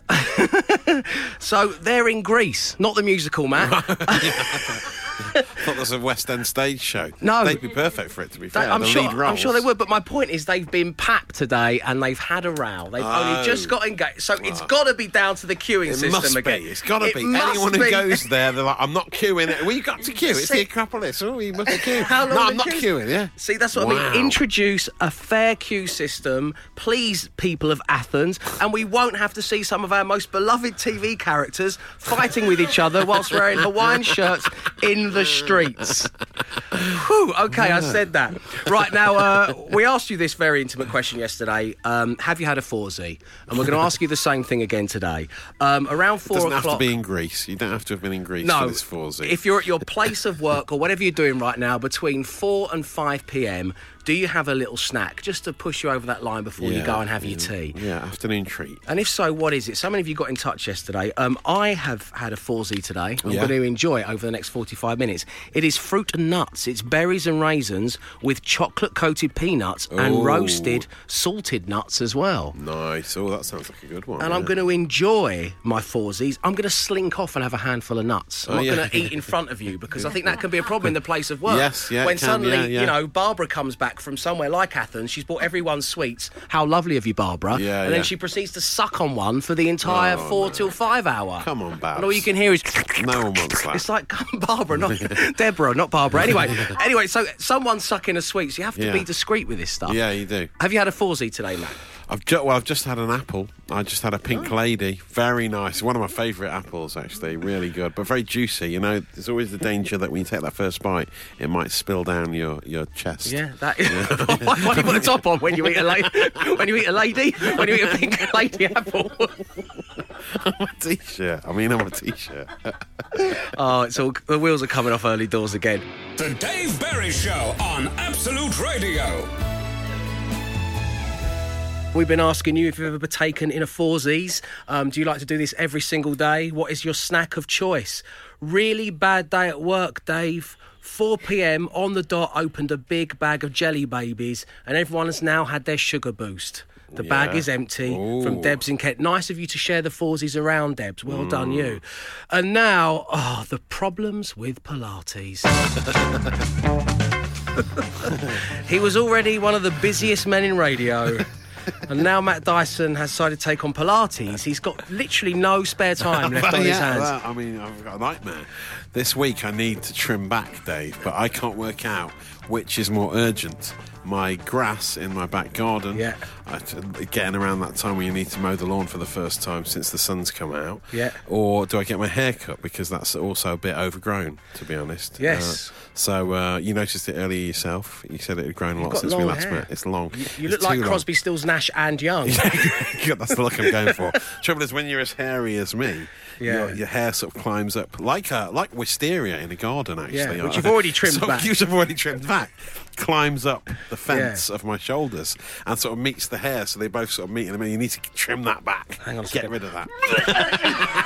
B: so they're in Greece, not the musical, Matt.
A: I thought that was a West End stage show.
B: No.
A: They'd be perfect for it, to be
B: They-
A: fair.
B: I'm
A: the
B: sure.
A: lead
B: I'm
A: roles.
B: sure they would. But my point is, they've been papped today, and they've had a row. They've only
A: Oh.
B: just got engaged. So it's
A: Right.
B: got to be down to the queuing
A: It
B: system
A: must
B: again.
A: be. It's got to
B: It
A: be.
B: must
A: Anyone
B: be.
A: who goes there, they're like, I'm not queuing. Well, you got to queue. It's
B: See-
A: the Acropolis. Oh, you must queue.
B: How long
A: no,
B: the
A: I'm not
B: queue-
A: queuing, yeah.
B: See, that's what I
A: Wow.
B: mean. Introduce a fair queue system, please, people of Athens, and we won't have to see some of our most beloved TV characters fighting with each other whilst wearing Hawaiian shirts in the streets. Whew, okay, I said that. Right now, uh, we asked you this very intimate question yesterday. Um, have you had a foursy? And we're going to ask you the same thing again today. Um, around four
A: doesn't
B: o'clock.
A: have to be in Greece. You don't have to have been in Greece
B: No,
A: for this Forzy.
B: if you're at your place of work or whatever you're doing right now between 4 and 5 p.m., do you have a little snack just to push you over that line before you
A: Yeah,
B: go and have
A: yeah,
B: your tea?
A: Yeah, afternoon treat.
B: And if so, what is it? So many of you got in touch yesterday. Um, I have had a 4Z today. I'm
A: Yeah.
B: going to enjoy it over the next 45 minutes. It is fruit and nuts. It's berries and raisins with chocolate coated peanuts and
A: Ooh.
B: roasted salted nuts as well.
A: Nice. Oh, that sounds like a good one.
B: And I'm
A: yeah.
B: going to enjoy my foursies. I'm going to slink off and have a handful of nuts. I'm
A: Oh,
B: not
A: yeah.
B: going to eat in front of you because I think that can be a problem in the place of work.
A: Yes, yeah, it
B: When
A: can,
B: suddenly,
A: yeah, yeah.
B: you know, Barbara comes back from somewhere like Athens, she's bought everyone sweets. How lovely of you, Barbara.
A: Yeah,
B: and then
A: yeah.
B: she proceeds to suck on one for the entire
A: Oh,
B: four
A: no.
B: till five hour.
A: Come on, Babs.
B: And all you can hear is.
A: No one wants that.
B: It's like come on, Barbara, not Deborah, not Barbara. Anyway, anyway, so someone's sucking a sweet. So you have to
A: Yeah.
B: be discreet with this stuff.
A: Yeah, you do.
B: Have you had a foursy today, Matt?
A: I've ju- well, I've just had an apple. I just had a pink lady. Very nice. One of my favourite apples, actually. Really good, but very juicy. You know, there's always the danger that when you take that first bite, it might spill down your, your chest.
B: Yeah, that is. Why why do you put a top on when you eat a lady? When you eat a lady? When you eat a pink lady apple?
A: T-shirt. I mean, I'm a t-shirt.
B: oh, it's all. The wheels are coming off early doors again.
E: The Dave Berry Show on Absolute Radio.
B: We've been asking you if you've ever partaken in a foursies. Um, do you like to do this every single day? What is your snack of choice? Really bad day at work, Dave. 4 p.m. on the dot opened a big bag of jelly babies, and everyone has now had their sugar boost. The bag
A: Yeah.
B: is empty from
A: Ooh.
B: Debs in Kent. Nice of you to share the foursies around, Debs. Well
A: Mm.
B: done, you. And now, oh, the problems with Pilates. He was already one of the busiest men in radio. And now Matt Dyson has decided to take on Pilates. He's got literally no spare time left on
A: Well,
B: his
A: yeah,
B: hands.
A: well, I mean, I've got a nightmare. This week I need to trim back, Dave, but I can't work out which is more urgent? My grass in my back garden.
B: Yeah.
A: I- Getting around that time when you need to mow the lawn for the first time since the sun's come out.
B: Yeah.
A: Or do I get my hair cut because that's also a bit overgrown, to be honest.
B: Yes.
A: Uh, so uh, you noticed it earlier yourself. You said it had grown a lot
B: got
A: since we
B: long
A: last
B: hair.
A: met. It's long.
B: You
A: It's
B: look like
A: too long.
B: Crosby, Stills, Nash, and Young.
A: God, that's the look I'm going for. Trouble is, when you're as hairy as me,
B: Yeah.
A: your, your hair sort of climbs up like a, like wisteria in a garden, actually.
B: Yeah, which
A: I-
B: you've already trimmed
A: so
B: back.
A: You've already trimmed back. Climbs up the fence of my shoulders and sort of meets the hair, so they both sort of meet in the middle. You need to trim that back.
B: Hang on a
A: get
B: second.
A: rid of that.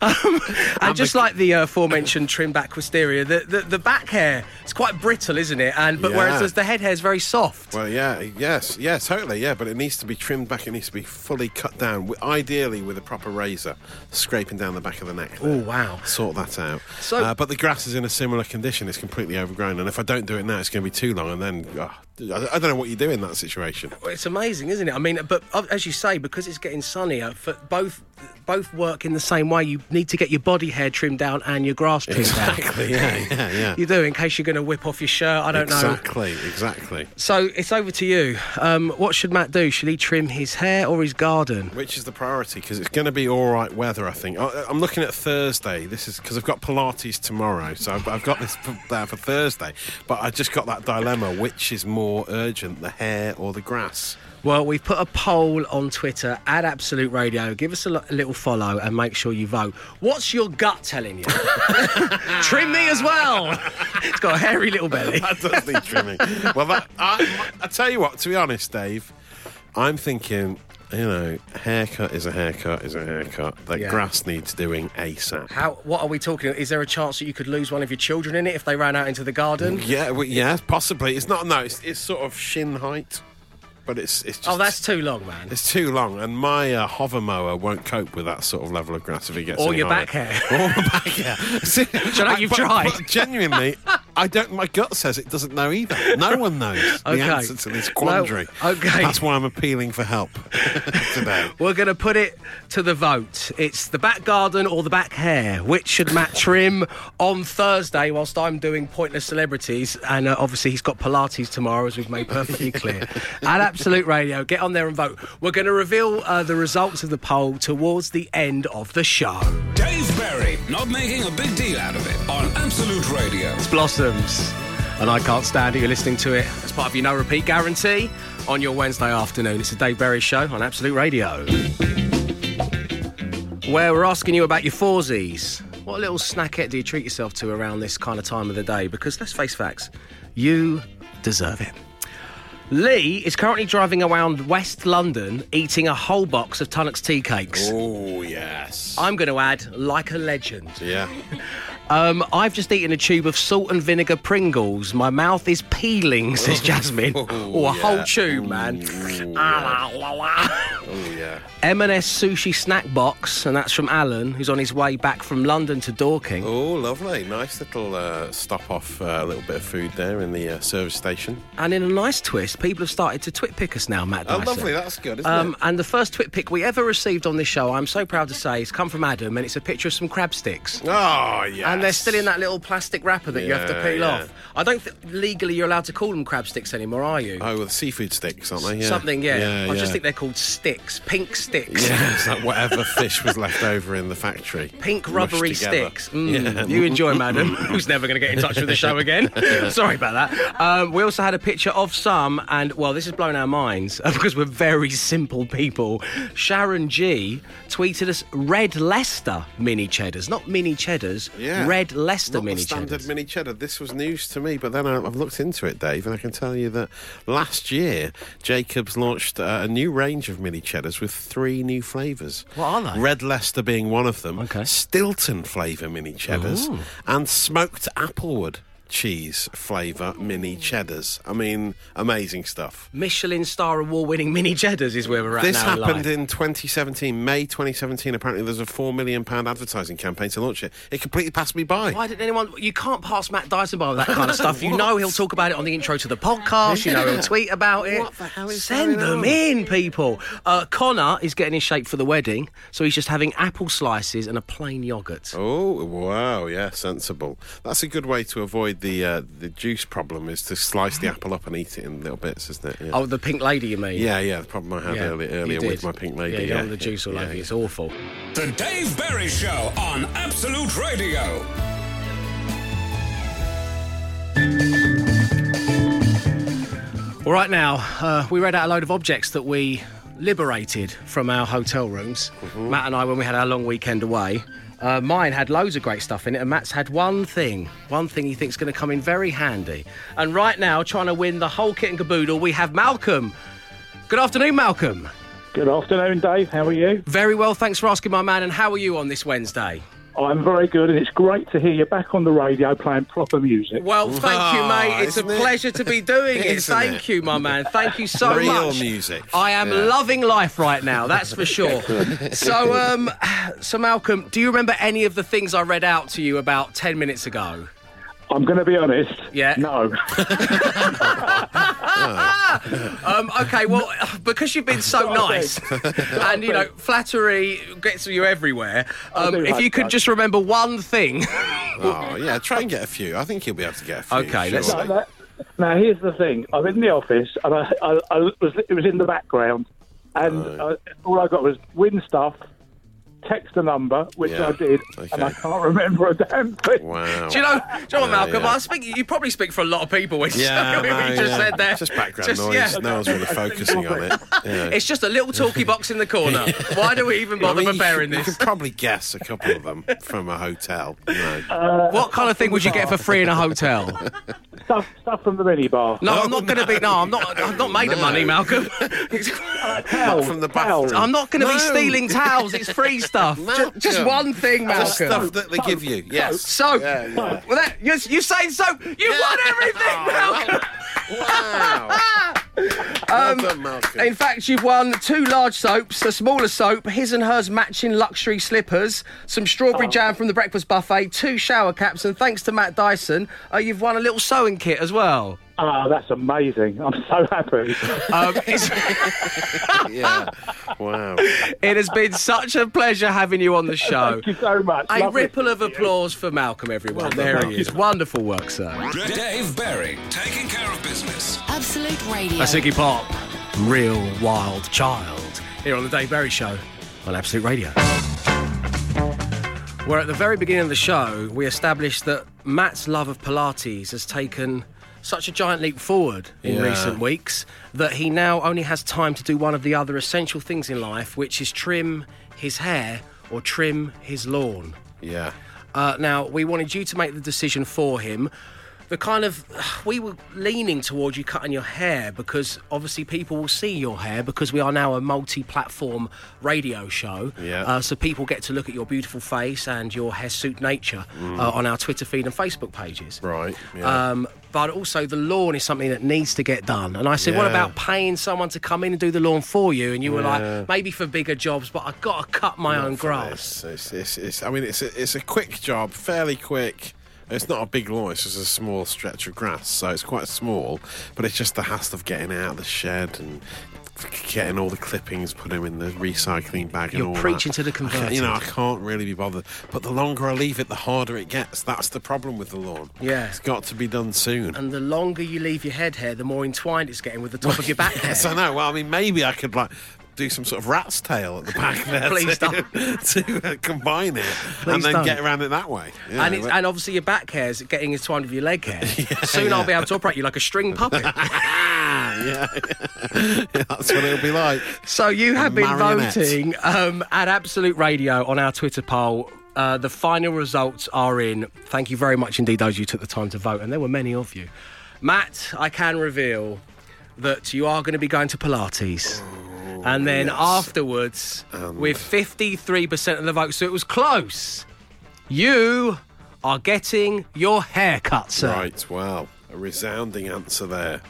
B: And just like the uh, aforementioned trim back wisteria, the, the, the back hair it's quite brittle, isn't it? And but
A: Yeah.
B: whereas there's the head hair is very soft.
A: Well, yeah, yes, yeah, totally, yeah. But it needs to be trimmed back. It needs to be fully cut down, wi- ideally with a proper razor, scraping down the back of the neck. there.
B: Oh, wow.
A: Sort that out.
B: So-
A: uh, but the grass is in a similar condition. It's completely overgrown, and if I don't do it now, it's going to be too long. And then ah, I I don't know what you do in that situation.
B: Well, It's amazing, isn't it? I mean, but uh, as you say, because it's getting sunnier, for both both work in the same way. You need to get your body hair trimmed down and your grass trimmed down.
A: yeah, yeah, yeah.
B: You do in case you're going to whip off your shirt. I don't know.
A: exactly, exactly.
B: So it's over to you. Um, what should Matt do? Should he trim his hair or his garden?
A: Which is the priority? Because it's going to be all right weather, I think. I, I'm looking at Thursday. This is because I've got Pilates tomorrow, so I've, I've got this p- there for Thursday. But I just got that dilemma: which is more urgent, the hair or the grass?
B: Well, we've put a poll on Twitter at Absolute Radio. Give us a lo- a little follow and make sure you vote. What's your gut telling you? Trim me as well. it's got a hairy little belly.
A: That does need trimming. well, that, I, I tell you what. To be honest, Dave, I'm thinking. You know, haircut is a haircut is a haircut. That
B: Yeah.
A: grass needs doing ASAP.
B: How? What are we talking? Is there a chance that you could lose one of your children in it if they ran out into the garden?
A: Yeah, well, yeah, possibly. It's not. No, it's, it's sort of shin height, but it's it's. Just,
B: Oh, that's too long, man.
A: It's too long, and my uh, hover mower won't cope with that sort of level of grass if it gets
B: Or
A: any
B: your
A: higher.
B: back hair.
A: or my back hair. See,
B: know
A: I-
B: you've
A: but-
B: tried.
A: but genuinely, I don't. My gut says it doesn't know either. No one knows
B: Okay.
A: the answer to this
B: No,
A: quandary.
B: okay.
A: that's why I'm appealing for help today.
B: We're going to put it to the vote. It's the back garden or the back hair. Which should Matt trim on Thursday whilst I'm doing pointless celebrities? And uh, obviously, he's got Pilates tomorrow, as we've made perfectly clear. At Absolute Radio, get on there and vote. We're going to reveal uh, the results of the poll towards the end of the show.
E: Dave Berry, not making a big deal out of it on Absolute Radio.
B: Blossoms. And I can't stand it. You're listening to it as part of your no repeat guarantee on your Wednesday afternoon. It's the Dave Berry Show on Absolute Radio, where we're asking you about your foursies. What little snackette do you treat yourself to around this kind of time of the day? Because let's face facts, you deserve it. Lee is currently driving around West London eating a whole box of Tunnock's tea cakes.
A: Oh yes.
B: I'm going to add, like a legend.
A: yeah.
B: Um, I've just eaten a tube of salt and vinegar Pringles. My mouth is peeling, says Jasmine. Or a
A: Oh, yeah.
B: whole tube, man. Ah,
A: Oh yeah.
B: M&S sushi snack box, and that's from Alan, who's on his way back from London to Dorking.
A: Oh, lovely. Nice little uh, stop off, uh, a little bit of food there in the uh, service station.
B: And in a nice twist, people have started to twit pick us now, Matt.
A: Oh,
B: Dyson.
A: lovely. That's good, isn't
B: Um,
A: it?
B: and the first twit pick we ever received on this show, I'm so proud to say, has come from Adam, and it's a picture of some crab sticks.
A: Oh yeah.
B: And they're still in that little plastic wrapper that you have to
A: Yeah,
B: peel
A: yeah.
B: off. I don't think legally you're allowed to call them crab sticks anymore, are you?
A: Oh, with seafood sticks, aren't they? Yeah.
B: Something, yeah. I
A: yeah.
B: just think they're called sticks, pink sticks.
A: Yeah, it's like whatever fish was left over in the factory.
B: Pink
A: mushed
B: rubbery
A: together.
B: sticks. Mm, You enjoy, madam. Who's never going to get in touch with the show again? Sorry about that. Um, we also had a picture of some, and well, this has blown our minds uh, because we're very simple people. Sharon G tweeted us red Leicester mini cheddars, not mini cheddars,
A: Yeah.
B: red Leicester
A: Not
B: mini
A: the standard
B: cheddars.
A: mini cheddar. This was news to me, but then I, I've looked into it, Dave, and I can tell you that last year Jacobs launched uh, a new range of mini cheddars with three new flavours.
B: What are they?
A: Red Leicester being one of them.
B: Okay.
A: Stilton flavour mini cheddars and smoked applewood cheese flavour mini cheddars. I mean, amazing stuff.
B: Michelin star award winning mini cheddars is where we're at
A: This
B: now. in
A: happened
B: life.
A: in 2017, May 2017. Apparently, there's a four million pound advertising campaign to launch it. It completely passed me by.
B: Why did anyone? You can't pass Matt Dyson by with that kind of stuff. You know he'll talk about it on the intro to the podcast. You know he'll tweet about it.
A: What the hell is
B: Send
A: going
B: them
A: on?
B: in, people. Uh, Connor is getting in shape for the wedding, so he's just having apple slices and a plain yogurt.
A: Oh wow, yeah, sensible. That's a good way to avoid with the uh, the juice problem is to slice the apple up and eat it in little bits, isn't it? Yeah.
B: Oh, the Pink Lady, you mean?
A: yeah, yeah. The problem I had
B: Yeah,
A: earlier,
B: you
A: earlier
B: did.
A: with my pink lady.
B: Yeah, you don't want the juice all
A: yeah,
B: over you.
A: yeah.
B: It's awful.
E: The Dave Berry Show on Absolute Radio.
B: Well, right now, uh, we read out a load of objects that we liberated from our hotel rooms. Matt and I, when we had our long weekend away, uh, mine had loads of great stuff in it, and Matt's had one thing, one thing he thinks going to come in very handy. And right now, trying to win the whole kit and caboodle, we have Malcolm. Good afternoon, Malcolm.
H: Good afternoon, Dave. How are you?
B: Very well, thanks for asking, my man. And how are you on this Wednesday?
H: I'm very good, and it's great to hear you back on the radio playing proper music.
B: Well, thank you, mate. It's a
A: Ah, isn't it?
B: pleasure to be doing it.
A: Isn't it?
B: Thank you, my man. Thank you so
A: Real
B: much.
A: music.
B: I am
A: Yeah.
B: loving life right now. That's for sure. so, um, so Malcolm, do you remember any of the things I read out to you about ten minutes ago?
H: I'm going to be honest.
B: Yeah.
H: No.
B: Um, okay, well, because you've been so nice, and you know, flattery gets you everywhere. Um,
H: do
B: if
H: hope
B: you could
H: so.
B: just remember one thing.
A: Oh, yeah. Try and get a few. I think you'll be able to get a few.
B: Okay, let's-
A: surely.
H: No, no. now here's the thing. I'm in the office, and I, I, I was it was in the background, and
A: Oh.
H: uh all I got was win stuff, text a number, which
A: Yeah.
H: I did,
A: Okay.
H: and I can't remember a damn thing.
A: Wow.
B: Do you know, do you know what,
A: Yeah,
B: Malcolm?
A: yeah.
B: I speak. You probably speak for a lot of people when you-
A: Yeah,
B: when you,
A: no,
B: just
A: yeah.
B: said that.
A: Just background
B: Just-
A: noise.
B: yeah.
A: No one's really focusing on it. Yeah.
B: It's just a little talkie box in the corner. Why do we even
A: I
B: bother
A: mean, you
B: preparing
A: could- You
B: this?
A: could probably guess a couple of them from a hotel. You know.
B: What kind of thing would you get for free in a hotel?
H: Stuff, stuff from the minibar.
B: No, I'm not going to be. No, I'm not. I'm not made of money, Malcolm.
H: Towels,
A: from the
H: towels.
A: bathroom.
B: I'm not going to
A: No.
B: be stealing towels. It's free stuff. Ju-
A: Malcolm.
B: Just one thing, Malcolm.
A: Just stuff that they give you. Yes.
B: Soap. Well, that, you're, you're saying soap. You won everything, Malcolm.
A: Wow. Well done, Malcolm.
B: In fact, you've won two large soaps, a smaller soap, his and hers matching luxury slippers, some strawberry jam from the breakfast buffet, two shower caps, and thanks to Matt Dyson, uh, you've won a little sewing kit as well.
H: Ah, that's amazing. I'm so happy.
B: Um, it's-
A: yeah. Wow.
B: it has been such a pleasure having you on the show.
H: Thank you so much.
B: A
H: Lovely.
B: ripple of applause for Malcolm, everyone.
A: done,
B: there he
A: Malcolm.
B: is. Wonderful work, sir.
E: Dave Berry, taking care of business.
D: Absolute Radio.
B: That's Iggy Pop, real wild child, here on the Dave Berry Show on Absolute Radio. Where at the very beginning of the show, we established that Matt's love of Pilates has taken such a giant leap forward in
A: Yeah.
B: recent weeks that he now only has time to do one of the other essential things in life, which is trim his hair or trim his lawn.
A: Yeah.
B: Uh, now, we wanted you to make the decision for him. The kind of we were leaning towards you cutting your hair because obviously people will see your hair because we are now a multi-platform radio show.
A: Yeah.
B: Uh, so people get to look at your beautiful face and your hirsute nature uh, on our Twitter feed and Facebook pages.
A: Mm. Right. Yeah.
B: Um, but also the lawn is something that needs to get done. And I said, what
A: Yeah.
B: about paying someone to come in and do the lawn for you? And you were like, maybe for bigger jobs, but I've got to cut my own grass.
A: It's, it's, it's, it's, I mean, it's a, it's a quick job, fairly quick. It's not a big lawn, it's just a small stretch of grass, so it's quite small, but it's just the hassle of getting out of the shed and getting all the clippings, put them in the recycling bag and
B: You're
A: all
B: preaching to
A: that.
B: the
A: I can't- You know, I can't really be bothered. But the longer I leave it, the harder it gets. That's the problem with the lawn.
B: Yeah.
A: It's got to be done soon.
B: And the longer you leave your head hair, the more entwined it's getting with the top of your back hair.
A: Yes, I know. Well, I mean, maybe I could like do some sort of rat's tail at the back there.
B: Please
A: to, to uh, combine it
B: Please
A: and then
B: don't.
A: get around it that way. Yeah,
B: and, it's,
A: but-
B: and obviously your back hair's getting entwined with your leg hair. Soon I'll be able to operate you like a string puppet.
A: ah, yeah, that's what it'll be like.
B: so you have been
A: marionette.
B: voting um, at Absolute Radio on our Twitter poll. Uh, the final results are in. Thank you very much indeed, those who took the time to vote, and there were many of you. Matt, I can reveal that you are going to be going to Pilates.
A: Oh,
B: and then afterwards,
A: Um,
B: with 53% of the vote, so it was close. You are getting your haircut, sir.
A: Right. Well, a resounding answer there.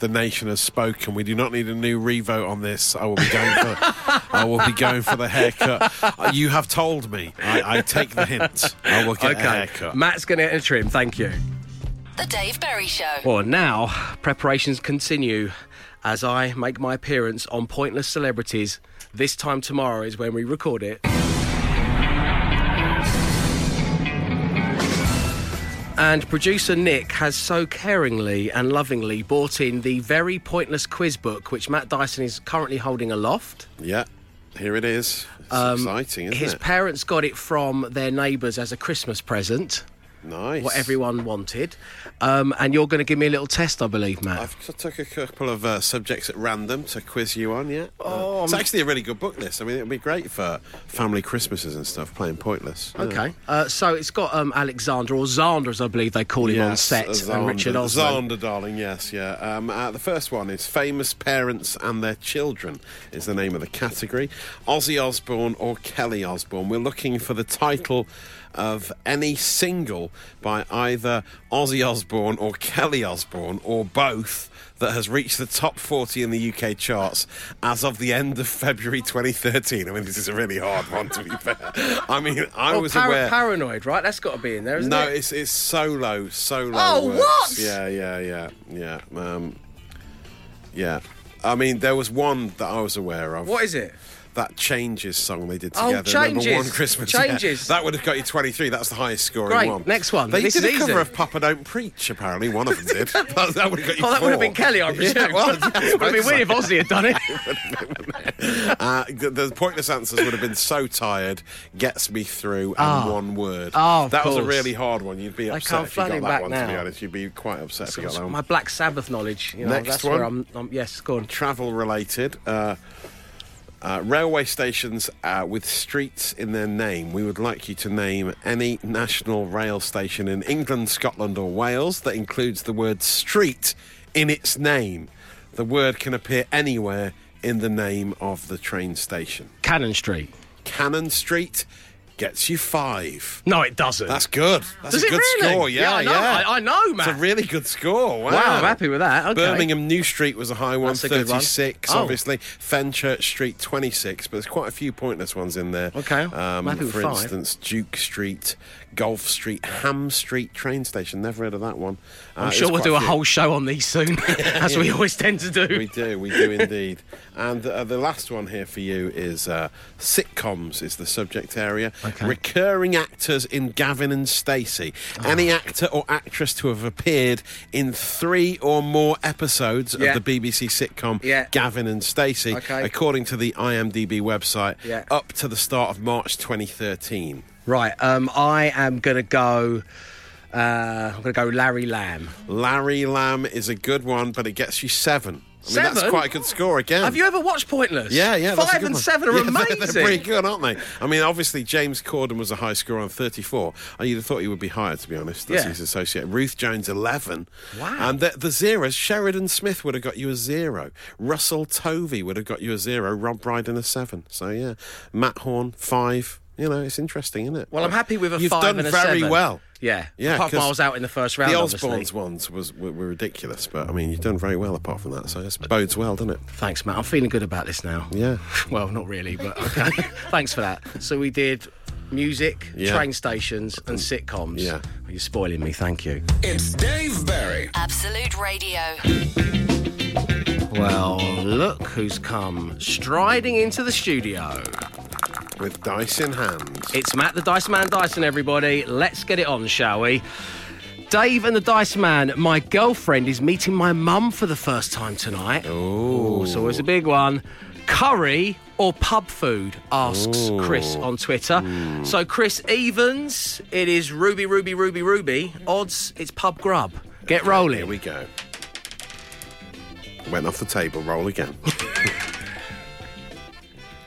A: The nation has spoken. We do not need a new revote on this. I will be going for. I will be going for the haircut. Uh, You have told me. I, I take the hint. I will get a haircut.
B: Matt's going to get a trim. Thank you.
D: The Dave Berry Show.
B: Well, now preparations continue as I make my appearance on Pointless Celebrities. This time tomorrow is when we record it. And producer Nick has so caringly and lovingly bought in the very pointless quiz book, which Matt Dyson is currently holding aloft.
A: Yeah, here it is. It's exciting, isn't
B: Um, His
A: it?
B: parents got it from their neighbours as a Christmas present,
A: nice.
B: what everyone wanted. Um, and you're going to give me a little test, I believe, Matt.
A: I've t- took a couple of uh, subjects at random to quiz you on. Yeah, oh, it's actually a really good book. This, I mean, it'd be great for family Christmases and stuff. Playing pointless. Yeah.
B: Okay, uh, so it's got um, Alexander or Zander, as I believe they call him on
A: Yes,
B: set, and
A: Zander-
B: Richard Osman.
A: Zander, darling, yes, yeah. Um, uh, the first one is Famous Parents and Their Children, is the name of the category. Ozzy Osbourne or Kelly Osbourne. We're looking for the title of any single by either Ozzy Osbourne or Kelly Osbourne, or both, that has reached the top 40 in the UK charts as of the end of February 2013. I mean, this is a really hard one, to be fair. I mean, I
B: Oh,
A: was
B: para-
A: aware.
B: paranoid, right? That's got to be in there, isn't
A: No,
B: it?
A: it's it's solo, solo.
B: Oh,
A: works.
B: what?
A: Yeah, yeah, yeah, yeah. Um, yeah. I mean, there was one that I was aware of.
B: What is it?
A: that Changes song they did
B: Oh,
A: together? Remember
B: Changes.
A: one Christmas. yeah.
B: Changes.
A: That would have got you 23. That's the highest scoring
B: Great,
A: one.
B: next one.
A: They
B: This
A: did
B: is
A: a cover
B: easy.
A: of Papa Don't Preach. Apparently, one of them did. that, would have got you.
B: Oh, that would have been
A: four.
B: Kelly, I presume.
A: Yeah, well, yeah,
B: would have been weird if Ozzy had done it.
A: uh, the, the pointless answers would have been so tired. Gets me through and one word.
B: Oh, of
A: that was a
B: course.
A: really hard one. You'd be upset
B: come
A: if you got
B: flooding
A: that
B: back
A: one. To be
B: now.
A: honest, you'd be quite upset if you got that one.
B: My Black Sabbath knowledge. You know,
A: Next
B: that's
A: one.
B: Where I'm, I'm, yes, go on.
A: travel related. Uh, uh, railway stations uh, with streets in their name. We would like you to name any national rail station in England, Scotland, or Wales that includes the word street in its name. The word can appear anywhere in the name of the train station.
B: Cannon Street.
A: Cannon Street gets you five.
B: No, it doesn't.
A: That's good. That's
B: Does
A: a
B: it
A: good
B: really?
A: score. Yeah,
B: Yeah, I know. I- I know,
A: It's
B: Matt.
A: a really good score. Wow,
B: Wow, I'm happy with that. Okay.
A: Birmingham New Street was a high one,
B: That's a good one.
A: 36,
B: Oh.
A: obviously. Fenchurch Street, 26, but there's quite a few pointless ones in there. Um,
B: Okay, I'm happy with
A: for
B: five.
A: instance, Duke Street, Gulf Street, Ham Street train station. Never heard of that one. Uh,
B: I'm
A: there's
B: sure we'll
A: quite
B: do a
A: few.
B: whole show on these soon, as we always tend to do.
A: We do, we do indeed. and uh, the last one here for you is uh, sitcoms is the subject area. Recurring actors in Gavin and Stacey.
B: Ah.
A: Any actor or actress to have appeared in three or more episodes
B: Yeah.
A: of the BBC sitcom
B: Yeah.
A: Gavin and Stacey,
B: Okay.
A: according to the IMDb website,
B: Yeah.
A: up to the start of March 2013.
B: Right, um, I am going to go. Uh, I'm going to go Larry Lamb.
A: Larry Lamb is a good one, but it gets you seven. I mean, that's
B: Seven?
A: quite a good score again.
B: Have you ever watched Pointless?
A: Yeah, yeah. that's a
B: Five
A: good
B: and
A: one.
B: seven are
A: Yeah, they're-
B: amazing.
A: They're pretty good, aren't they? I mean, obviously, James Corden was a high scorer on 34. And you'd have thought he would be higher, to be honest. That's
B: Yeah.
A: his associate. Ruth Jones, 11.
B: Wow.
A: And the, the zeros, Sheridan Smith would have got you a zero. Russell Tovey would have got you a zero. Rob Brydon, a seven. So, yeah. Matt Horn, five. You know, it's interesting, isn't it?
B: Well, I'm happy with a
A: You've
B: five
A: done
B: and a
A: very
B: seven.
A: well.
B: Yeah.
A: Yeah,
B: Apart from
A: 'cause
B: I was out in the first round,
A: The
B: obviously.
A: Osbournes ones was were, were ridiculous, but I mean, you've done very well apart from that, so it bodes well, doesn't it?
B: Thanks, Matt. I'm feeling good about this now.
A: Yeah.
B: Well, not really, but okay. Thanks for that. So we did music,
A: Yeah.
B: train stations, and sitcoms.
A: Yeah.
B: Well, you're spoiling me. Thank you.
E: It's Dave Berry.
D: Absolute Radio.
B: Well, look who's come striding into the studio.
A: With dice in hand.
B: It's Matt the Dice Man Dyson, everybody. Let's get it on, shall we? Dave and the Dice Man, my girlfriend is meeting my mum for the first time tonight. Oh, so it's a big one. Curry or pub food? asks Chris on Twitter. So, Chris Evans, it is Ruby, Ruby, Ruby, Ruby. Odds, it's pub grub. Get rolling.
A: Here we go. Went off the table, roll again.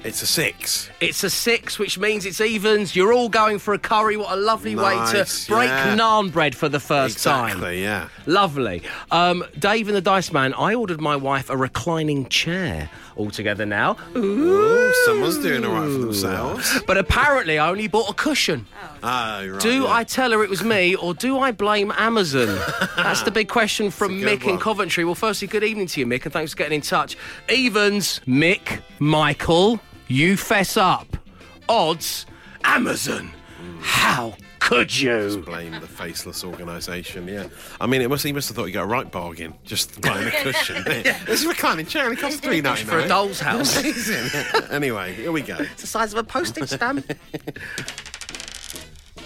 A: it's a six.
B: It's a six, which means it's evens. You're all going for a curry. What a lovely way
A: Nice,
B: to break
A: yeah.
B: naan bread for the first time.
A: exactly, yeah.
B: Lovely. Um, Dave and the Dice Man, I ordered my wife a reclining chair altogether now. Ooh.
A: Ooh, someone's doing all right for themselves.
B: But apparently, I only bought a cushion.
A: Oh, right,
B: Do
A: yeah.
B: I tell her it was me or do I blame Amazon? That's the big question from
A: It's a good
B: Mick in
A: one.
B: Coventry. Well, firstly, good evening to you, Mick, and thanks for getting in touch. Evans, Mick, Michael, you fess up. Odds, Amazon. How could you?
A: Blame the faceless organisation, yeah. I mean, it must, he must have thought you got a right bargain, just buying a cushion. This is a reclining chair, and it costs three ninety
B: For a
A: nine.
B: doll's house. it's
A: Anyway, here we go.
B: the size of a postage stamp.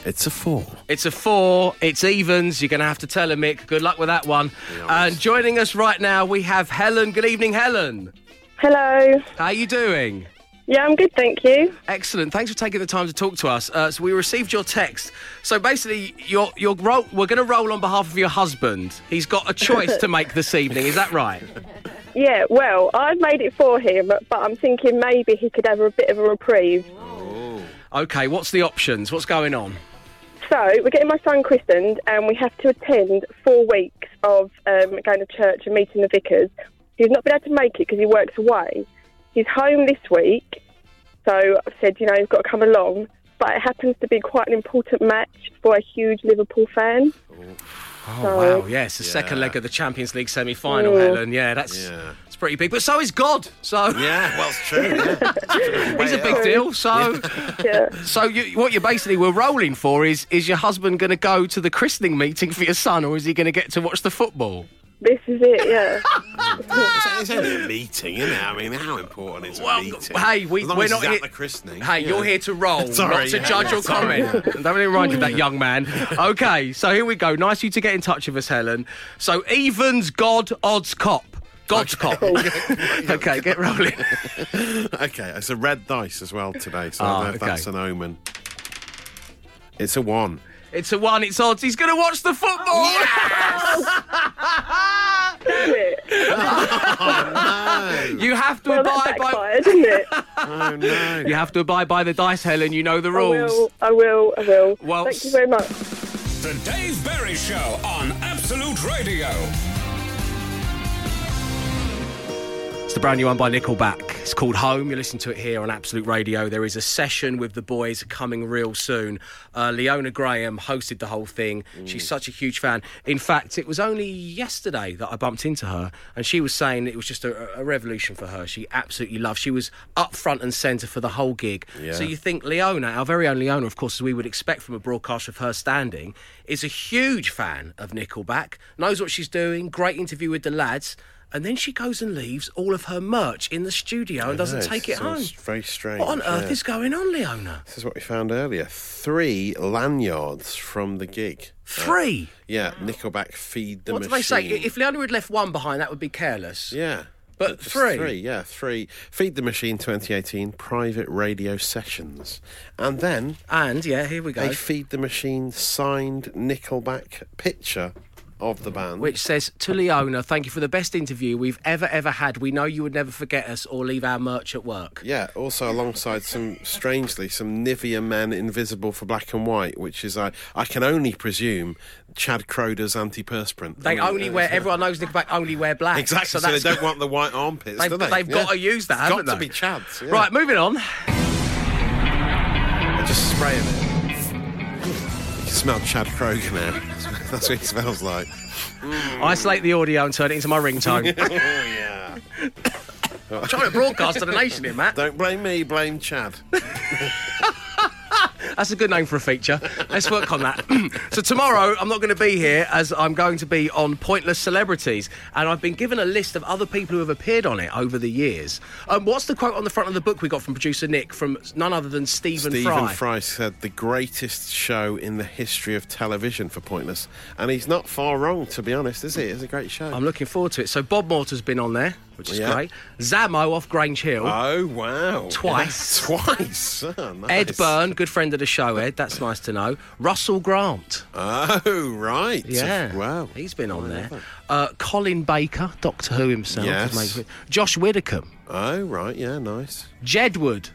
A: It's a four.
B: It's a four. It's evens. You're going to have to tell her, Mick. Good luck with that one. And joining us right now, we have Helen. Good evening, Helen.
I: Hello.
B: How are you doing?
I: Yeah, I'm good, thank you.
B: Excellent. Thanks for taking the time to talk to us. Uh, so we received your text. So basically, your your ro- we're going to roll on behalf of your husband. He's got a choice to make this evening. Is that right?
I: Yeah, well, I've made it for him, but I'm thinking maybe he could have a bit of a reprieve.
B: Okay. What's the options? What's going on?
I: So we're getting my son christened, and we have to attend four weeks of um, going to church and meeting the vicars. He's not been able to make it because he works away. He's home this week, so I've said, you know, you've got to come along. But it happens to be quite an important match for a huge Liverpool fan.
B: Oh
I: So-
B: wow! Yes, the second
A: Yeah.
B: leg of the Champions League semi-final,
I: Mm.
B: Helen. Yeah, that's
A: Yeah.
B: it's pretty big. But so is God. So
A: Yeah, well, it's true. yeah.
B: he's a big deal. So
I: Yeah.
B: so you, what you basically were rolling for is is your husband going to go to the christening meeting for your son, or is he going to get to watch the football?
I: this is it, yeah.
A: It's only a meeting, isn't it? I mean, how important is
B: Well,
A: a meeting?
B: hey, we-
A: As long
B: we're
A: as
B: not
A: it's at
B: here-
A: the christening.
B: Hey,
A: yeah.
B: you're here to roll,
A: Sorry,
B: not to
A: yeah,
B: judge or
A: sorry.
B: comment. Don't really remind you of that, young man. Okay, so here we go. Nice of you to get in touch with us, Helen. So evens, God, odds, cop. God's cop. okay, get rolling.
A: Okay, it's a red dice as well today, so I
B: Ah,
A: don't know if
B: okay.
A: that's an omen. It's a one.
B: It's a one, it's odds. He's going to watch the football.
I: Damn it.
B: You have to
I: Well, that
B: abide by.
I: backfired, didn't it?
A: Oh no!
B: You have to abide by the dice, Helen. You know the
I: I
B: rules.
I: will, I will, I will.
B: Well,
I: Thank you very much.
E: The Dave Berry Show on Absolute Radio.
B: It's the brand new one by Nickelback. It's called Home. You listen to it here on Absolute Radio. There is a session with the boys coming real soon. Uh, Leona Graham hosted the whole thing. She's such a huge fan. In fact, it was only yesterday that I bumped into her, and she was saying it was just a, a revolution for her. She absolutely loved. She was up front and centre for the whole gig. So you think Leona, our very own Leona, of course, as we would expect from a broadcaster of her standing, is a huge fan of Nickelback. Knows what she's doing. Great interview with the lads. And then she goes and leaves all of her merch in the studio and doesn't
A: Yeah,
B: take it
A: it's all
B: home.
A: s- Very strange.
B: What on earth
A: yeah. Uh,
B: is going on, Leona?
A: This is what we found earlier. Three lanyards from the gig.
B: Three.
A: Yeah, Nickelback feed the
B: what do
A: machine.
B: they say? If Leona had left one behind, that would be careless.
A: yeah.
B: But
A: Just
B: three?
A: Three, yeah, three. Feed the Machine 2018 private radio sessions. And then
B: And yeah, here we go.
A: a Feed the Machine signed Nickelback picture of the band.
B: Which says to Leona, "Thank you for the best interview we've ever ever had. We know you would never forget us or leave our merch at work."
A: Yeah, also alongside some, strangely, some Nivea Men Invisible for Black and White, which is, I, I can only presume, Chad Croder's antiperspirant. I
B: They
A: mean,
B: only
A: uh,
B: wear. Everyone knows Nickelback only wear black.
A: Exactly, so,
B: that's
A: they don't want the white armpits,
B: They've,
A: do they?
B: they've got to use that,
A: It's
B: haven't
A: got to
B: they?
A: be Chad's. yeah.
B: Right, moving on.
A: They're just spraying it. You can smell Chad Kroger now. That's what he smells like.
B: Isolate the audio and turn it into my ringtone.
A: Oh, yeah.
B: Trying to broadcast to the nation here, Matt.
A: Don't blame me, blame Chad.
B: That's a good name for a feature. Let's work on that. so tomorrow, I'm not going to be here as I'm going to be on Pointless Celebrities, and I've been given a list of other people who have appeared on it over the years. Um, what's the quote on the front of the book we got from producer Nick from none other than Stephen,
A: Stephen Fry said the greatest show in the history of television for Pointless. And he's not far wrong, to be honest, is he? It's a great show.
B: I'm looking forward to it. So Bob Mortar's been on there, which is
A: Yeah.
B: great. Zamo off Grange Hill.
A: Oh, wow.
B: Twice.
A: Twice. Oh, nice.
B: Ed Byrne, good friend of the show, Ed. That's nice to know. Russell Grant.
A: Oh, right.
B: Yeah.
A: Wow.
B: He's been on there. Uh, Colin Baker, Doctor Who himself.
A: Yes.
B: Amazing. Josh Widdicombe.
A: Oh, right. Yeah, nice.
B: Jedward.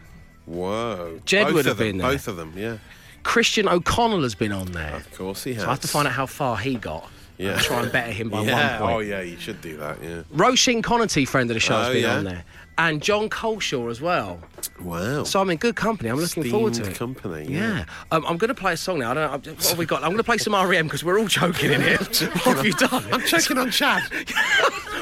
A: Whoa.
B: Jed
A: Both
B: would
A: of
B: have
A: them,
B: been there.
A: Both of them, yeah.
B: Christian O'Connell has been on there.
A: Of course he has.
B: So I have to find out how far he got.
A: Yeah.
B: Yeah. try and better him by
A: yeah.
B: one
A: Oh,
B: point.
A: yeah, you should do that, yeah.
B: Roisin Connerty, friend of the show, has
A: Oh,
B: been
A: yeah.
B: on there. And John Coleshaw as well.
A: Wow.
B: So I'm in good company. I'm looking forward to
A: Steamed
B: it.
A: company.
B: Yeah. Um, I'm going to play a song now. I don't know. What have we got? I'm going to play some REM because we're all joking in here. what have you done?
A: I'm choking on Chad.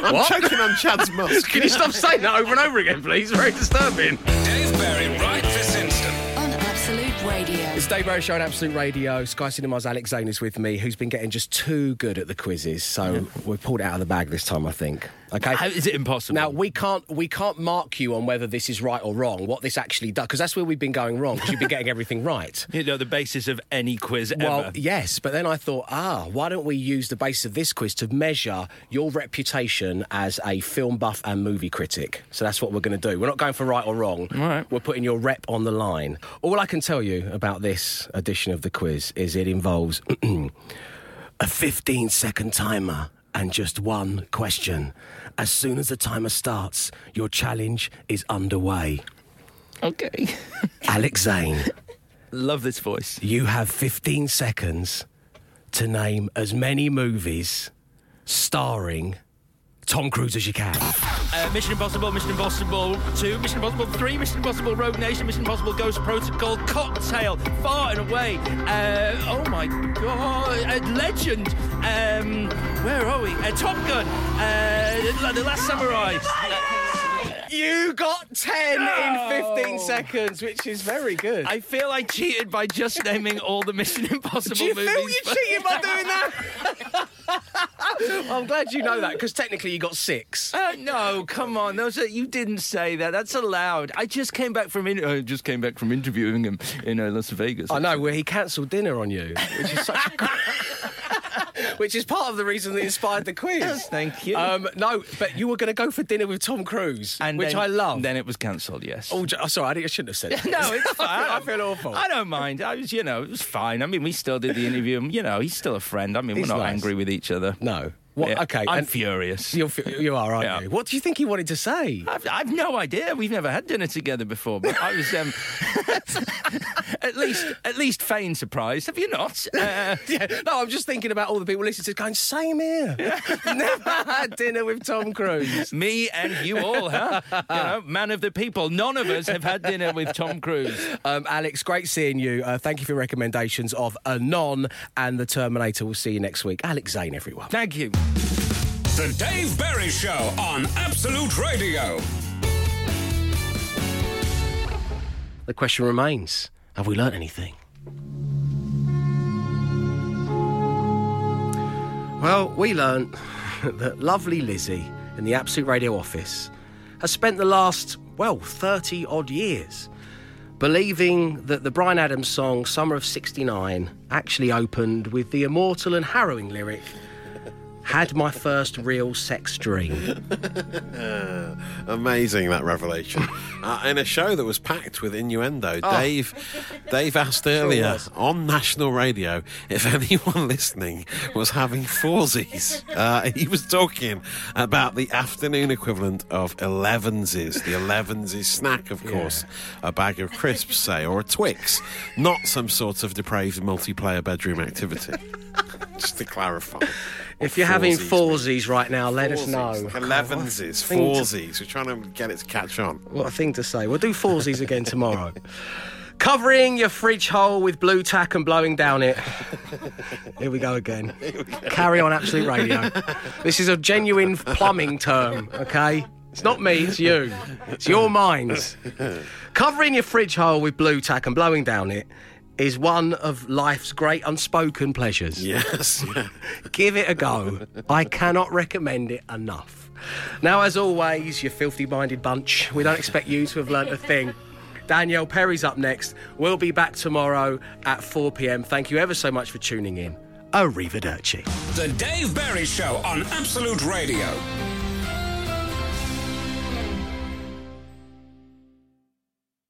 A: I'm
B: What?
A: choking on Chad's musk.
B: Can you stop saying that over and over again, please? Very disturbing.
E: Dave Berry right this instant.
D: On Absolute Radio.
B: It's Dave Barry Show on Absolute Radio. Sky Cinema's Alex Zane is with me, who's been getting just too good at the quizzes. So we're pulled out of the bag this time, I think. Okay.
F: How is it impossible?
B: Now we can't we can't mark you on whether this is right or wrong. What this actually does, because that's where we've been going wrong. Because you've been getting everything right.
F: you know the basis of any quiz
B: Well,
F: ever.
B: yes, but then I thought, ah, why don't we use the basis of this quiz to measure your reputation as a film buff and movie critic? So that's what we're going to do. We're not going for right or wrong. right. We're putting your rep on the line. All I can tell you about this edition of the quiz is it involves a 15 second timer and just one question. As soon as the timer starts, your challenge is underway.
F: Okay.
B: Alex Zane.
F: Love this voice.
B: You have 15 seconds to name as many movies starring Tom Cruise as you can.
F: Uh, Mission Impossible, Mission Impossible 2, Mission Impossible 3, Mission Impossible Rogue Nation, Mission Impossible Ghost Protocol, Cocktail, Far and Away, uh, oh my god, uh, Legend, um, where are we? Uh, Top Gun, uh, The Last Samurai.
B: You got 10 in 15 seconds, which is very good.
F: I feel I cheated by just naming all the Mission Impossible
B: do you
F: movies.
B: feel you
F: but-
B: cheating by doing that? I'm glad you know that because technically you got six.
F: Uh, no, come on. Those are, you didn't say that. That's allowed. I just came back from in, I just came back from interviewing him in uh, Las Vegas.
B: I know where he cancelled dinner on you, which is such. a- Which is part of the reason that inspired the quiz.
F: Thank you.
B: Um, no, but you were going to go for dinner with Tom Cruise,
F: and
B: which
F: then-
B: I love.
F: Then it was cancelled. Yes.
B: Oh, j- oh, sorry, I, didn't- I shouldn't have said that.
F: No, it's fine.
B: I feel awful.
F: I don't mind. I was, you know, it was fine. I mean, we still did the interview. and, You know, he's still a friend. I mean,
B: He's
F: we're not
B: nice.
F: angry with each other.
B: No. What,
F: Yeah.
B: Okay.
F: I'm
B: and
F: furious.
B: You're, fu- you are, aren't
F: Yeah.
B: you? What do you think he wanted to say?
F: I've, I've no idea. We've never had dinner together before, but I was um, at least at least feign surprised. Have you not? Uh,
B: Yeah, no, I'm just thinking about all the people listening to this going, same here. Never had dinner with Tom Cruise.
F: me and you all, huh? You know, man of the people. None of us have had dinner with Tom Cruise.
B: Um, Alex, great seeing you. Uh, thank you for your recommendations of Anon and The Terminator. We'll see you next week. Alex Zane, everyone.
F: Thank you.
E: The Dave Berry Show on Absolute Radio.
B: The question remains have we learnt anything? Well, we learnt that lovely Lizzie in the Absolute Radio office has spent the last, well, 30 odd years believing that the Brian Adams song Summer of 69 actually opened with the immortal and harrowing lyric. Had my first real sex dream.
A: Amazing that revelation. uh, in a show that was packed with innuendo, Dave Dave asked earlier
B: Oh. was.
A: on national radio if anyone listening was having foursies. Uh, he was talking about the afternoon equivalent of elevenses, the elevenses snack, of course, a bag of crisps, say, or a Twix, not some sort of depraved multiplayer bedroom activity. Just to clarify,
B: If you're having
A: Foursies
B: foursies right now, let us know.
A: Elevenses,
B: God, what a
A: foursies. We're trying to get it to catch on.
B: What a thing to say. We'll do foursies again tomorrow. Covering your fridge hole with blue tack and blowing down it. Here we go again. Carry on Absolute Radio. this is a genuine plumbing term, okay? It's not me, it's you. It's your minds. Covering your fridge hole with blue tack and blowing down it is one of life's great unspoken pleasures.
A: Yes. yeah.
B: Give it a go. I cannot recommend it enough. Now, as always, you filthy minded bunch, we don't expect you to have learnt a thing. Danielle Perry's up next. We'll be back tomorrow at 4 pm. Thank you ever so much for tuning in. Arrivederci.
E: The Dave Berry Show on Absolute Radio.